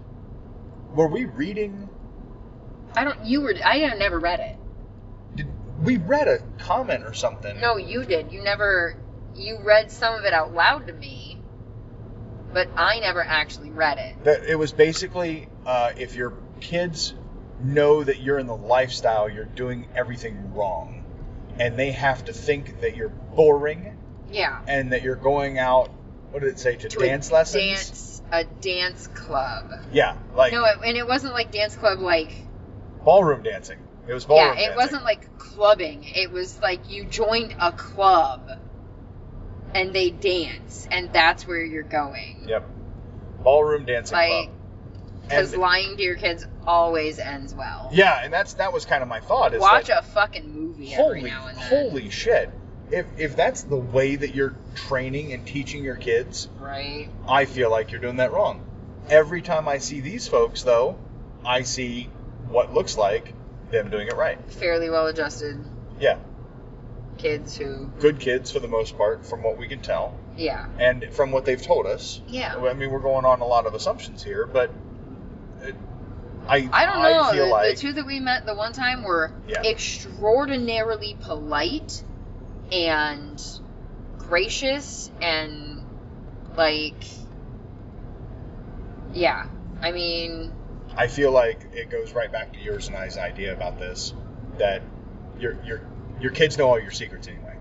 Were we reading? I don't. You were. I have never read it. Did we read a comment or something? No, you did. You never. You read some of it out loud to me, but I never actually read it. That it was basically uh, if your kids know that you're in the lifestyle, you're doing everything wrong, and they have to think that you're boring Yeah. and that you're going out. What did it say to, To a dance lessons? Dance a dance club. Yeah, like no, it, and it wasn't like dance club like. ballroom dancing. It was ballroom Yeah, it dancing. wasn't like clubbing. It was like you joined a club, and they dance, and that's where you're going. Yep. Ballroom dancing Like, club. because And- lying to your kids always ends well. yeah, and that's that was kind of my thought. Is Watch like, a fucking movie every holy, now and then. holy shit! If if that's the way that you're training and teaching your kids, Right. I feel like you're doing that wrong. Every time I see these folks, though, I see what looks like them doing it right. Fairly well adjusted Yeah, kids who. good kids for the most part, from what we can tell, Yeah. and from what they've told us. Yeah. I mean, we're going on a lot of assumptions here, but it, I I don't know. feel the, like the two that we met the one time were Yeah. extraordinarily polite and gracious and like yeah. I mean, I feel like it goes right back to yours and I's idea about this that your your your kids know all your secrets anyway.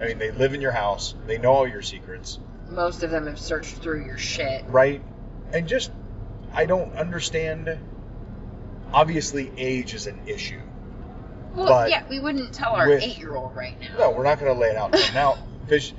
I mean, they live in your house, they know all your secrets, most of them have searched through your shit. right? And just I don't understand. Obviously, age is an issue. Well, But yeah, we wouldn't tell our with- 8-year-old right now. No, we're not going to lay it out till now because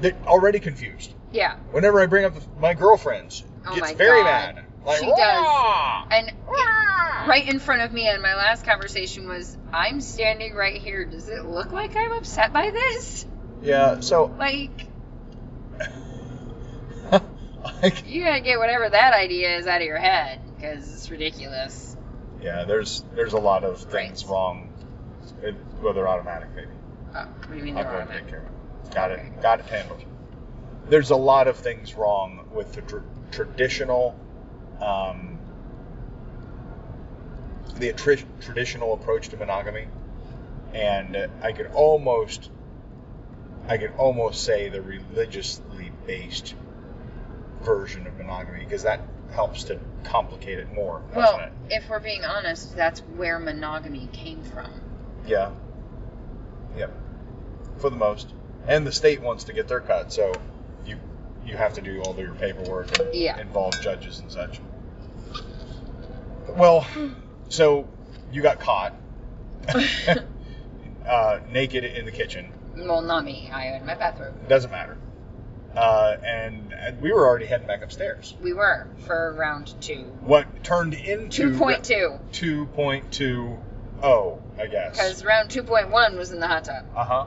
they're already confused. Yeah. Whenever I bring up the, my girlfriends, Oh gets my very God. mad. Like, She does. "Rah!" And right in front of me in my last conversation was, I'm standing right here. Does it look like I'm upset by this? Yeah. So Like, I you gotta get whatever that idea is out of your head because it's ridiculous. Yeah, there's there's a lot of things Right. wrong. It, well, they're automatic, maybe. Oh, what do you mean I'm they're going to take automatic? care of it. Got Okay. it. Got it handled. There's a lot of things wrong with the tr- traditional, um, the attri- traditional approach to monogamy, and I could almost, I could almost say the religiously based version of monogamy because that helps to complicate it more, doesn't Well, it? if we're being honest, that's where monogamy came from. Yeah. Yep. For the most. And the state wants to get their cut, so you you have to do all your paperwork and Yeah. involve judges and such. Well, so you got caught uh, naked in the kitchen. Well, not me. I own my bathroom. Doesn't matter. Uh, and and we were already heading back upstairs. We were for round two. What turned into 2.2. 2.20, oh, I guess. Because round 2.1 was in the hot tub. Uh huh.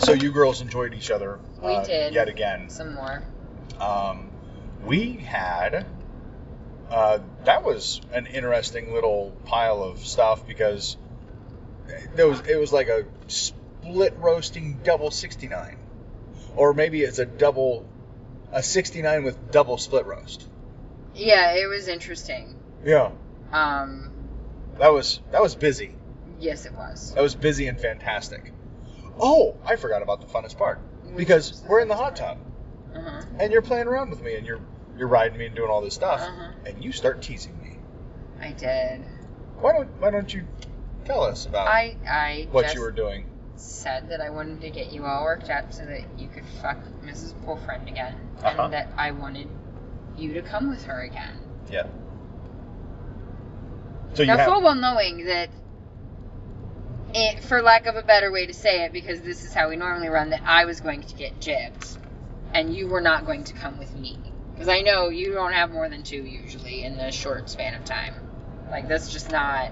So you girls enjoyed each other. We uh, did. yet again. Some more. Um, we had uh, that was an interesting little pile of stuff because there was it was like a split roasting double sixty nine, or maybe it's a double a sixty nine with double split roast. Yeah, it was interesting. Yeah, Um, that was that was busy. yes, it was. That was busy and fantastic. Oh, I forgot about the funnest part because we're in the hot tub Uh-huh. and you're playing around with me and you're you're riding me and doing all this stuff Uh-huh. and you start teasing me. I did. Why don't Why don't you tell us about I I Uh, what just you were doing? said that I wanted to get you all worked up so that you could fuck Mrs. Bullfriend again, Uh-huh. and that I wanted you to come with her again. Yeah. So you now, have full well knowing that, it, for lack of a better way to say it, because this is how we normally run, that I was going to get jibbed, and you were not going to come with me. Because I know you don't have more than two usually in a short span of time. Like that's just not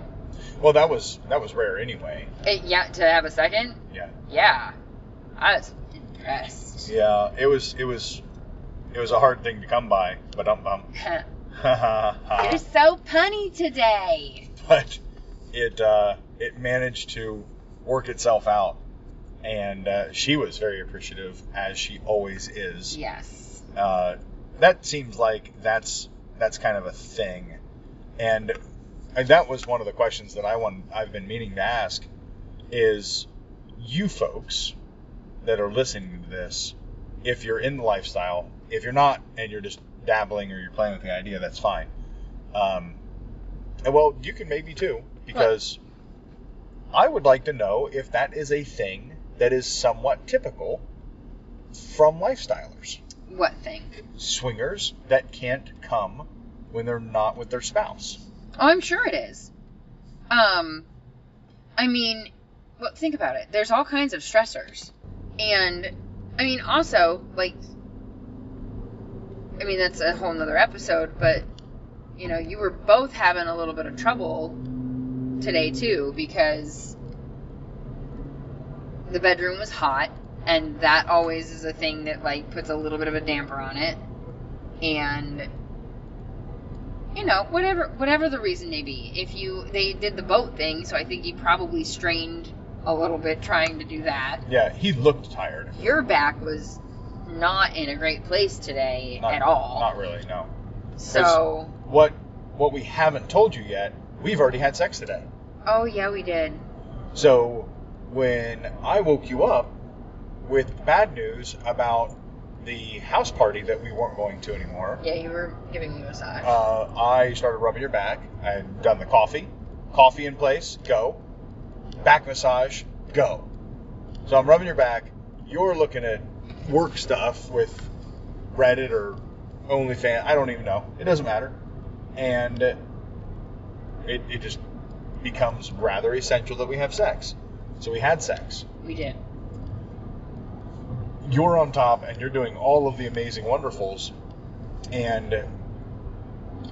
well that was that was rare anyway. it. Yeah, to have a second. Yeah. Yeah, I was impressed. Yeah. It was it was it was a hard thing to come by, but um bum. You're but so punny today. it uh, it managed to work itself out, and uh, she was very appreciative as she always is. Yes. uh, that seems like that's that's kind of a thing, and, and that was one of the questions that I want I've been meaning to ask is you folks that are listening to this, if you're in the lifestyle, if you're not and you're just dabbling or you're playing with the idea, that's fine. Um, and well, you can maybe too because I would like to know if that is a thing that is somewhat typical from lifestylers What thing? swingers that can't come when they're not with their spouse. Oh, I'm sure it is. Um, I mean, well, think about it. There's all kinds of stressors, and I mean, also like, I mean, that's a whole nother episode. But you know, you were both having a little bit of trouble today too because the bedroom was hot, and that always is a thing that like puts a little bit of a damper on it, and you know, whatever whatever the reason may be. If you they did the boat thing, so I think he probably strained a little bit trying to do that. Yeah, he looked tired. Your back was not in a great place today Not, at all. Not really, no. so What what we haven't told you yet, we've already had sex today. Oh yeah, we did. So when I woke you up with bad news about the house party that we weren't going to anymore, Yeah, you were giving me a massage. uh, I started rubbing your back. I had done the coffee. Coffee in place, go. Back massage, go. So I'm rubbing your back. You're looking at work stuff with Reddit or OnlyFans. I don't even know. It doesn't matter. And it, it just becomes rather essential that we have sex. So we had sex. we did. You're on top and you're doing all of the amazing wonderfuls. And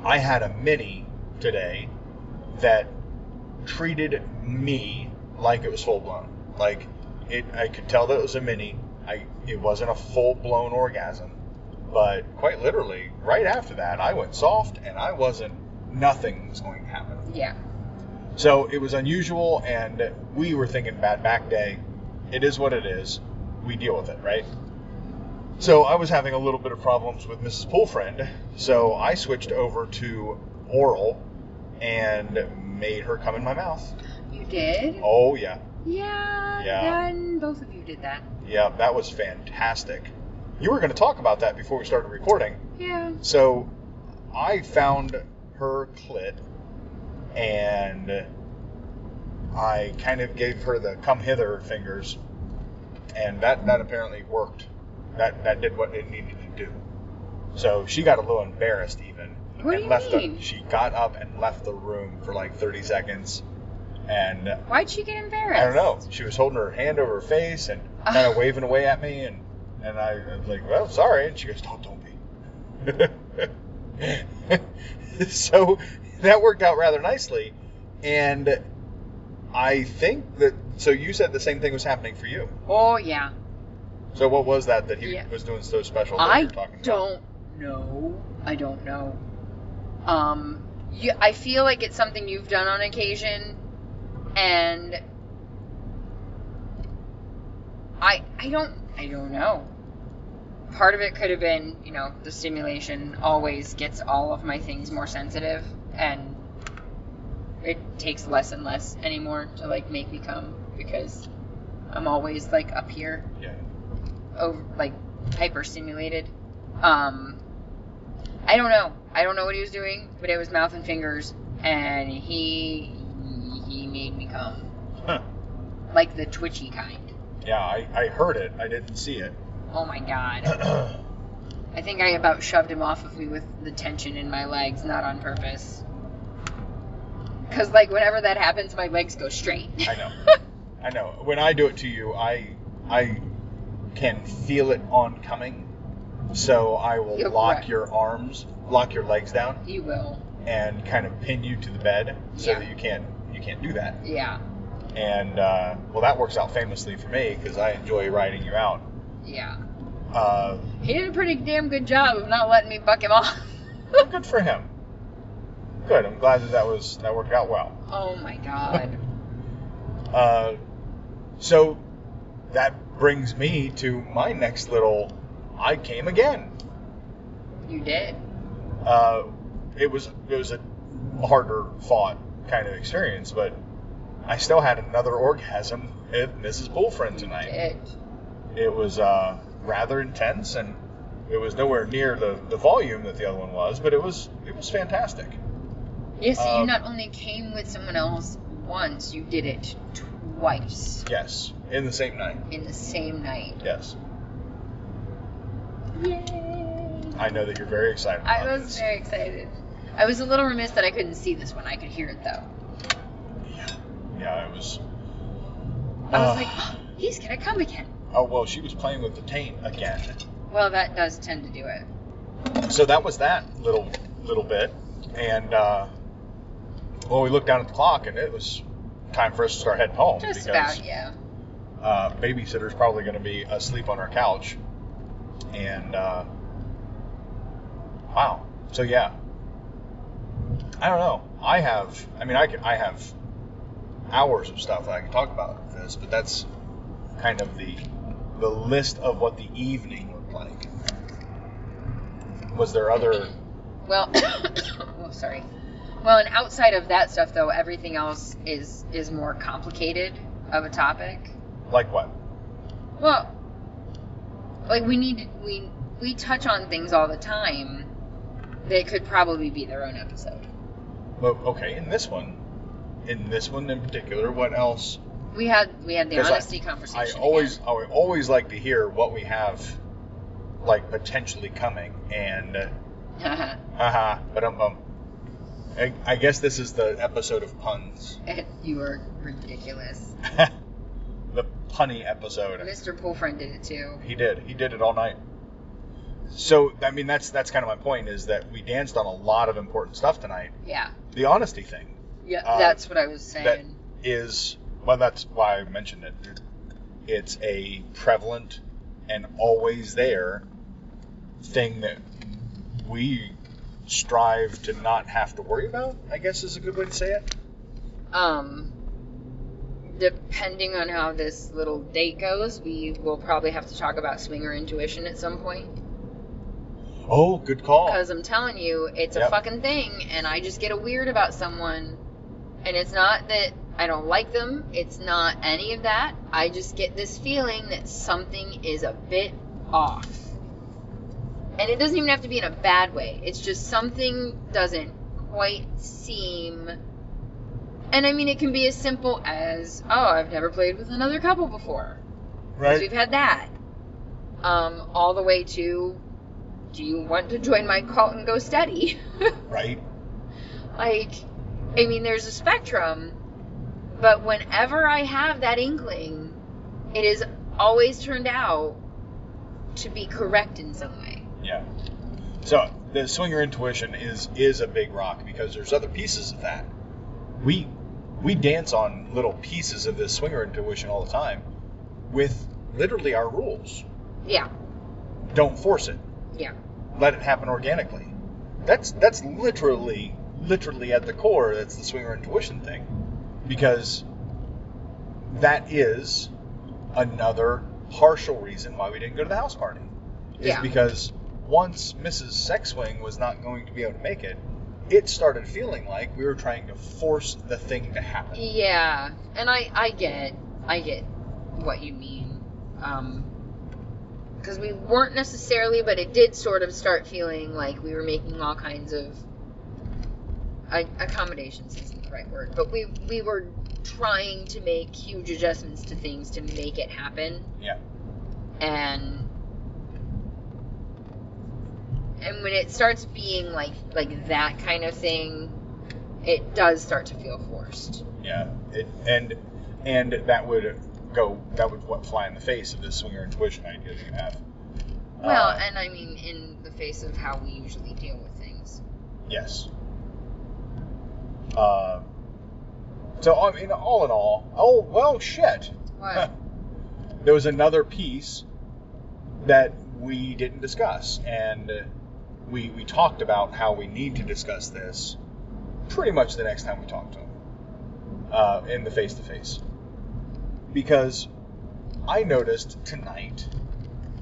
I had a mini today that treated me like it was full blown. Like it, I could tell that it was a mini. I it wasn't a full blown orgasm, but quite literally, right after that, I went soft and I wasn't. Nothing was going to happen. Yeah. So it was unusual, and we were thinking bad back day. It is what it is. We deal with it, right? So I was having a little bit of problems with Mrs. Poolfriend, so I switched over to oral and made her come in my mouth. You did? Oh, yeah. Yeah. Yeah. And both of you did that. Yeah, that was fantastic. You were going to talk about that before we started recording. Yeah. So I found her clit and I kind of gave her the come hither fingers and that, that apparently worked. That that did what it needed to do. So she got a little embarrassed even. What do and you left mean? The, she got up and left the room for like 30 seconds and Why'd she get embarrassed? I don't know. She was holding her hand over her face and Ah. kind of waving away at me, and and I was like, "Well, sorry." And she goes, "Don't, don't be." so that worked out rather nicely, and I think that. So you said the same thing was happening for you. Oh yeah. So what was that that he Yeah. was doing so special that I you're talking about? don't know. I don't know. Um, you, I feel like it's something you've done on occasion, and I, I don't, I don't know. Part of it could have been, you know, the stimulation always gets all of my things more sensitive, and it takes less and less anymore to like make me come because I'm always like up here Yeah. over oh, like hyperstimulated. Um, I don't know. I don't know what he was doing, but it was mouth and fingers, and he he made me come Huh. like the twitchy kind. Yeah, I, I heard it. I didn't see it. Oh my god! I think I about shoved him off of me with the tension in my legs, not on purpose. Cause like whenever that happens, my legs go straight. I know. I know. When I do it to you, I I can feel it oncoming. So I will You're lock correct. your arms, lock your legs down, you will. and kind of pin you to the bed so Yeah. that you can't you can't do that. Yeah. And uh, well, that works out famously for me because I enjoy riding you out. Yeah. Uh, He did a pretty damn good job of not letting me buck him off. good for him. Good. I'm glad that that was that worked out well. oh my god. Uh, so that brings me to my next little. I came again. You did. Uh, it was it was a harder fought kind of experience, but I still had another orgasm at Mrs. Bullfriend tonight. It, It was uh, rather intense, and it was nowhere near the, the volume that the other one was, but it was it was fantastic. yes, you Um, not only came with someone else once, you did it twice Yes, in the same night. in the same night. Yes, Yay! I know that you're very excited. I about was this. very excited. I was a little remiss that I couldn't see this one. I could hear it though. Yeah, it was. I was Uh, like, "Oh, he's gonna come again. Oh well, she was playing with the taint again. Well, that does tend to do it. So that was that little little bit, and uh, well, we looked down at the clock, and it was time for us to start heading home Just because about, yeah. uh, babysitter's probably going to be asleep on our couch, and uh, wow. So yeah, I don't know. I have, I mean, I can, I have hours of stuff that I can talk about with this, but that's kind of the the list of what the evening looked like. Was there other? Well, oh, sorry. Well, and outside of that stuff though, everything else is is more complicated of a topic. Like what? Well, like we need we we touch on things all the time that could probably be their own episode. Well, okay, in this one, in this one in particular, what else? We had we had the 'Cause I- honesty I conversation. always, again. I would always like to hear what we have, like potentially coming, and uh, haha, but um, um, I, I guess this is the episode of puns, you were ridiculous. the punny episode. Mr. Poolfriend did it too. He did, he did it all night. So I mean, that's that's kind of my point is that we danced on a lot of important stuff tonight. Yeah, The honesty thing, yeah, Uh, that's what I was saying. that- is well that's why i mentioned it it's a prevalent and always there thing that we strive to not have to worry about i guess is a good way to say it um, depending on how this little date goes, we will probably have to talk about swinger intuition at some point. oh good call Because I'm telling you, it's a Yep. fucking thing, and I just get a weird about someone. And it's not that I don't like them, it's not any of that. I just get this feeling that something is a bit off. And it doesn't even have to be in a bad way, it's just something doesn't quite seem. And I mean, it can be as simple as, oh, I've never played with another couple before. 'Cause right We've had that. Um, all the way to, do you want to join my cult and go steady? right like, I mean, there's a spectrum, but whenever I have that inkling, it is always turned out to be correct in some way. yeah so the swinger intuition is is a big rock because there's other pieces of that we we dance on little pieces of this swinger intuition all the time with literally our rules Yeah. Don't force it. Yeah. Let it happen organically. That's that's literally literally at the core that's the swinger intuition thing. Because that is another partial reason why we didn't go to the house party. Is Yeah. because once Mrs. Sexwing was not going to be able to make it, it started feeling like we were trying to force the thing to happen. Yeah, and I I get I get what you mean. Um because we weren't necessarily, but it did sort of start feeling like we were making all kinds of I, accommodations isn't the right word, but we we were trying to make huge adjustments to things to make it happen. Yeah. And and when it starts being like like that kind of thing, it does start to feel forced. Yeah, it, and and that would go that would what fly in the face of this swinger intuition idea that you have. Well, Uh, and I mean, in the face of how we usually deal with things. yes. Uh, so I mean, all in all, oh well, shit. What? there was another piece that we didn't discuss, and we we talked about how we need to discuss this pretty much the next time we talk to him uh, in the face to face, because I noticed tonight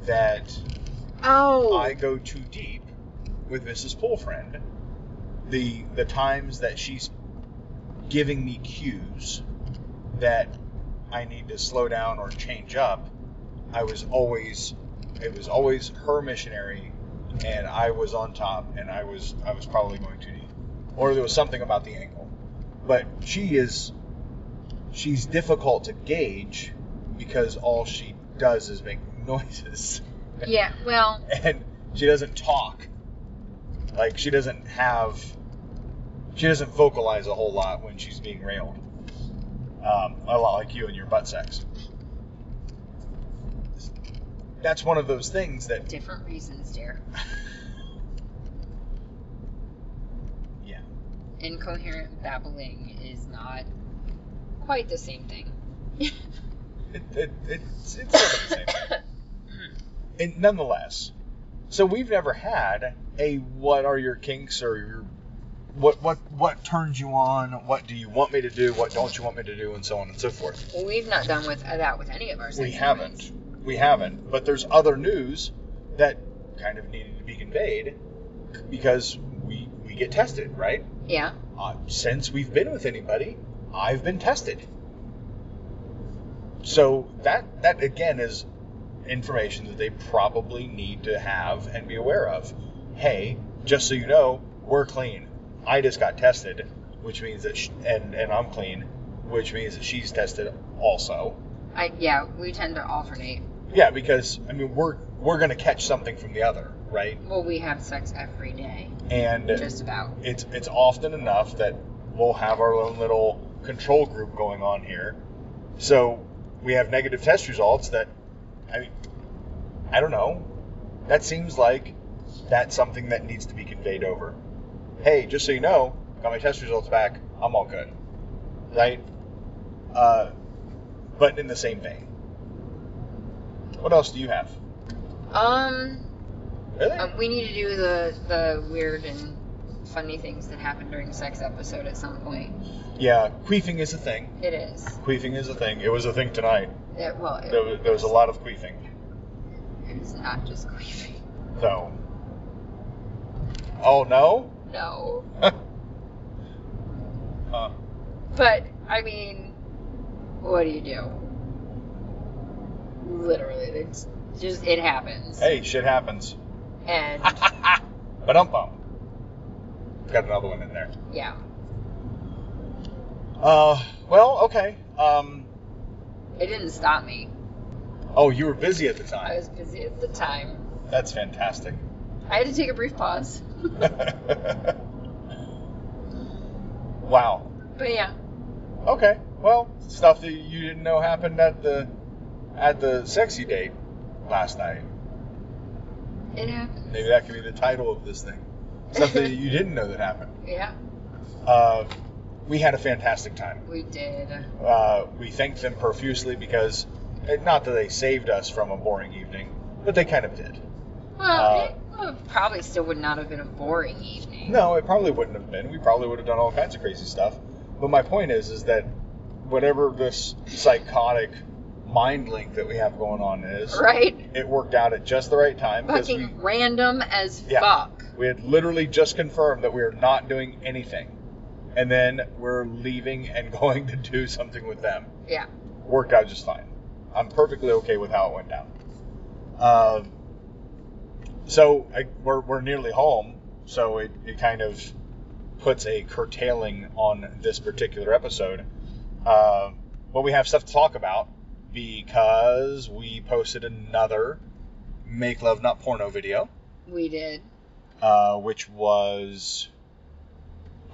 that oh, I go too deep with Mrs. Poolfriend. The the times that she's giving me cues that I need to slow down or change up, I was always it was always her missionary and I was on top and I was I was probably going too deep. Or there was something about the angle. But she is she's difficult to gauge because all she does is make noises yeah. Well, and she doesn't talk. Like she doesn't have, she doesn't vocalize a whole lot when she's being railed. Um, a lot like you and your butt sex. That's one of those things that, different reasons, dear. yeah, Incoherent babbling is not quite the same thing. it, it, it's it's sort of the same. And nonetheless, so we've never had a what are your kinks or your what what what turns you on, what do you want me to do, what don't you want me to do, and so on and so forth. well, we've not done with uh, that with any of our. we sex haven't. toys. We haven't. But there's other news that kind of needed to be conveyed because we we get tested, right? Yeah. Uh, since we've been with anybody, I've been tested. So that that again is information that they probably need to have and be aware of. Hey, just so you know, we're clean. I just got tested, which means that sh- and and I'm clean, which means that she's tested also. I yeah. We tend to alternate. Yeah, because I mean we're we're gonna catch something from the other, right? Well, we have sex every day, And just about. it's it's often enough that we'll have our own little control group going on here. So we have negative test results that I mean I don't know. That seems like that's something that needs to be conveyed over. Hey, just so you know, got my test results back. I'm all good, right? Uh, but in the same vein, what else do you have? Um. Really? Um, we need to do the the weird and funny things that happen during sex episode at some point. Yeah, queefing is a thing. It is. Queefing is a thing. It was a thing tonight. It, well, it, There was, there was a lot of queefing. It was not just queefing. So. Oh no? No. Huh. But I mean, what do you do? Literally, it's just it happens. Hey, shit happens. And But um bum. Got another one in there. yeah, Uh, well, okay. Um, it didn't stop me. oh, you were busy at the I time. was busy at the time. That's fantastic. I had to take a brief pause. wow. But yeah, Okay. Well, stuff that you didn't know happened at the at the sexy date last night. it happens. Maybe that could be the title of this thing. Stuff that you didn't know that happened. Yeah, Uh, we had a fantastic time. we did. Uh, we thanked them profusely because, eh, not that they saved us from a boring evening, but they kind of did. Well, Uh, it would- probably still would not have been a boring evening. No, it probably wouldn't have been. We probably would have done all kinds of crazy stuff. But my point is, is that whatever this psychotic mind link that we have going on is, Right? it worked out at just the right time because we, Fucking random as Yeah. fuck. we had literally just confirmed that we are not doing anything, and then we're leaving and going to do something with them. Yeah. Worked out just fine. I'm perfectly okay with how it went down. Uh, so I, we're, we're nearly home, so it, it kind of puts a curtailing on this particular episode. Uh, but we have stuff to talk about because we posted another Make Love Not Porno video We did. uh, which was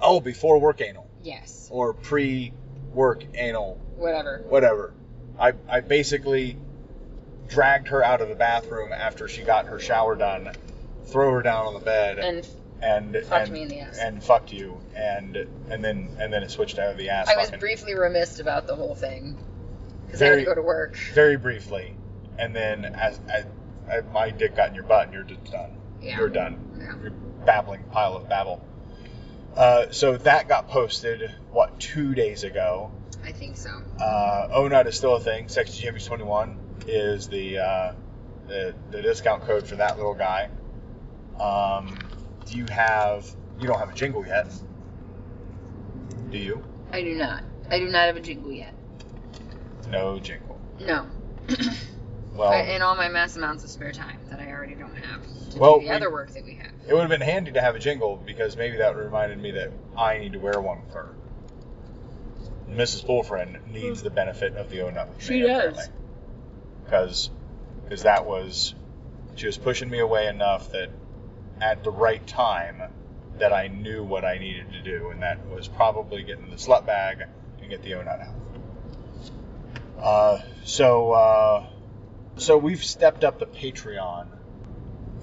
oh before work anal Yes. or pre work anal Whatever. whatever I, I basically dragged her out of the bathroom after she got her shower done throw her down on the bed and And and fucked and, me in the ass. and fucked you and and then and then it switched out of the ass I was fucking briefly remiss about the whole thing because I had to Very- go to work. very briefly and then as, as, as my dick got in your butt and you're just done Yeah. you're done Yeah. your babbling pile of babble. Uh, so that got posted what two days ago. I think so. Uh, oh Nut is still a thing. Sexy Jimmy's twenty one is the, uh, the the discount code for that little guy. Um, do you have you don't have a jingle yet? Do you? I do not. I do not have a jingle yet. No jingle. No. Well, I- in all my mass amounts of spare time that I already don't have to Well, do the we- other work that we have. it would have been handy to have a jingle because maybe that reminded me that I need to wear one with her. Mrs. Bullfriend needs the benefit of the own up. She does. Because that was, she was pushing me away enough that at the right time that I knew what I needed to do, and that was probably get in the slut bag and get the own out. Uh, so, uh, so we've stepped up the Patreon.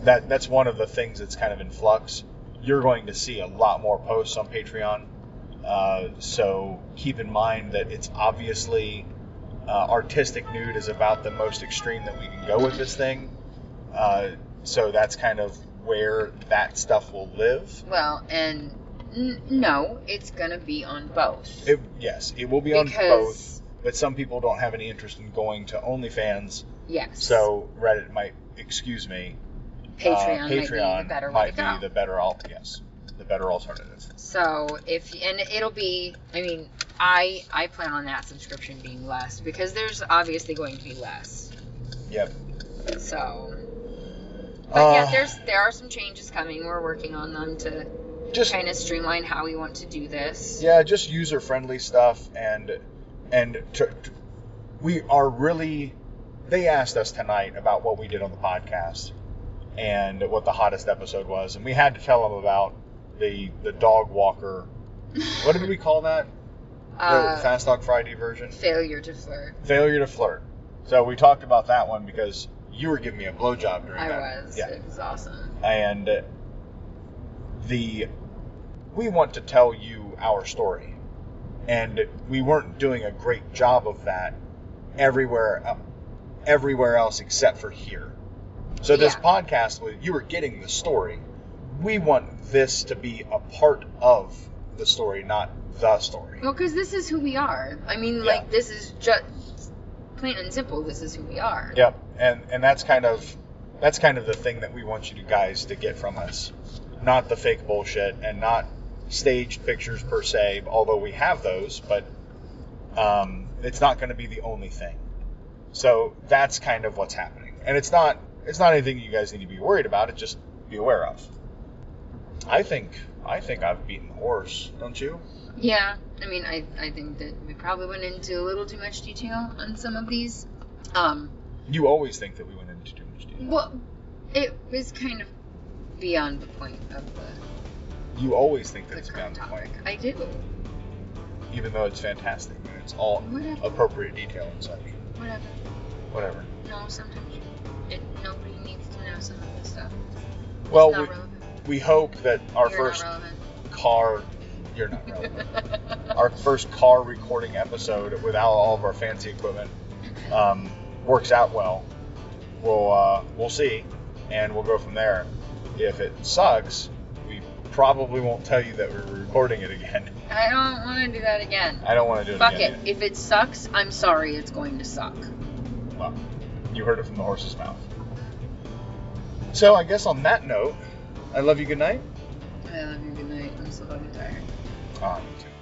That that's one of the things that's kind of in flux. You're going to see a lot more posts on Patreon. Uh, so keep in mind that it's obviously uh, artistic nude is about the most extreme that we can go with this thing. Uh, so that's kind of where that stuff will live. Well, and n- no, it's gonna be on both. It, yes, it will be on both, because but some people don't have any interest in going to OnlyFans, yes, so Reddit might excuse me. uh, Patreon, might be the Patreon better way might to go. be the better al- yes, the better alternative. So if and it'll be, I mean, I I plan on that subscription being less because there's obviously going to be less. Yep. So, but Uh, yeah, there's there are some changes coming. We're working on them to just kind of streamline how we want to do this. yeah, just user friendly stuff and and tr- tr- we are really they asked us tonight about what we did on the podcast and what the hottest episode was and we had to tell them about the the dog walker what did we call that the Uh, fast dog friday version failure to flirt. failure to flirt so we talked about that one because you were giving me a blowjob during I that was. yeah It was awesome. and the we want to tell you our story and we weren't doing a great job of that everywhere el- everywhere else except for here so this Yeah. podcast was you were getting the story we want this to be a part of the story not the story Well, because this is who we are. I mean, Yeah. like this is just plain and simple. This is who we are. Yep, and and that's kind of that's kind of the thing that we want you to guys to get from us, not the fake bullshit and not staged pictures per se. Although we have those, but um, it's not going to be the only thing. So that's kind of what's happening, and it's not it's not anything you guys need to be worried about. It just be aware of. I think I think I've beaten the horse, don't you? Yeah, I mean, I, I think that we probably went into a little too much detail on some of these. Um, You always think that we went into too much detail. well, it was kind of beyond the point of the, You always think that the it's beyond current the point, topic. I do. even though it's fantastic and it's all Whatever, appropriate detail and such. whatever. Whatever. No, sometimes it, nobody needs to know some of this stuff. Well, it's not we, relevant. we hope that our You're first Not car, you're not relevant. relevant. our first car recording episode without all of our fancy equipment um, works out well. we'll uh, we'll see, and we'll go from there. If it sucks, we probably won't tell you that we're recording it again. I don't want to do that again. I don't want to do it Fuck it. again. If it sucks, I'm sorry. It's going to suck. Well, you heard it from the horse's mouth. So I guess on that note, I love you. Good night. I love you. Good night. I'm so fucking tired. Ah, you too.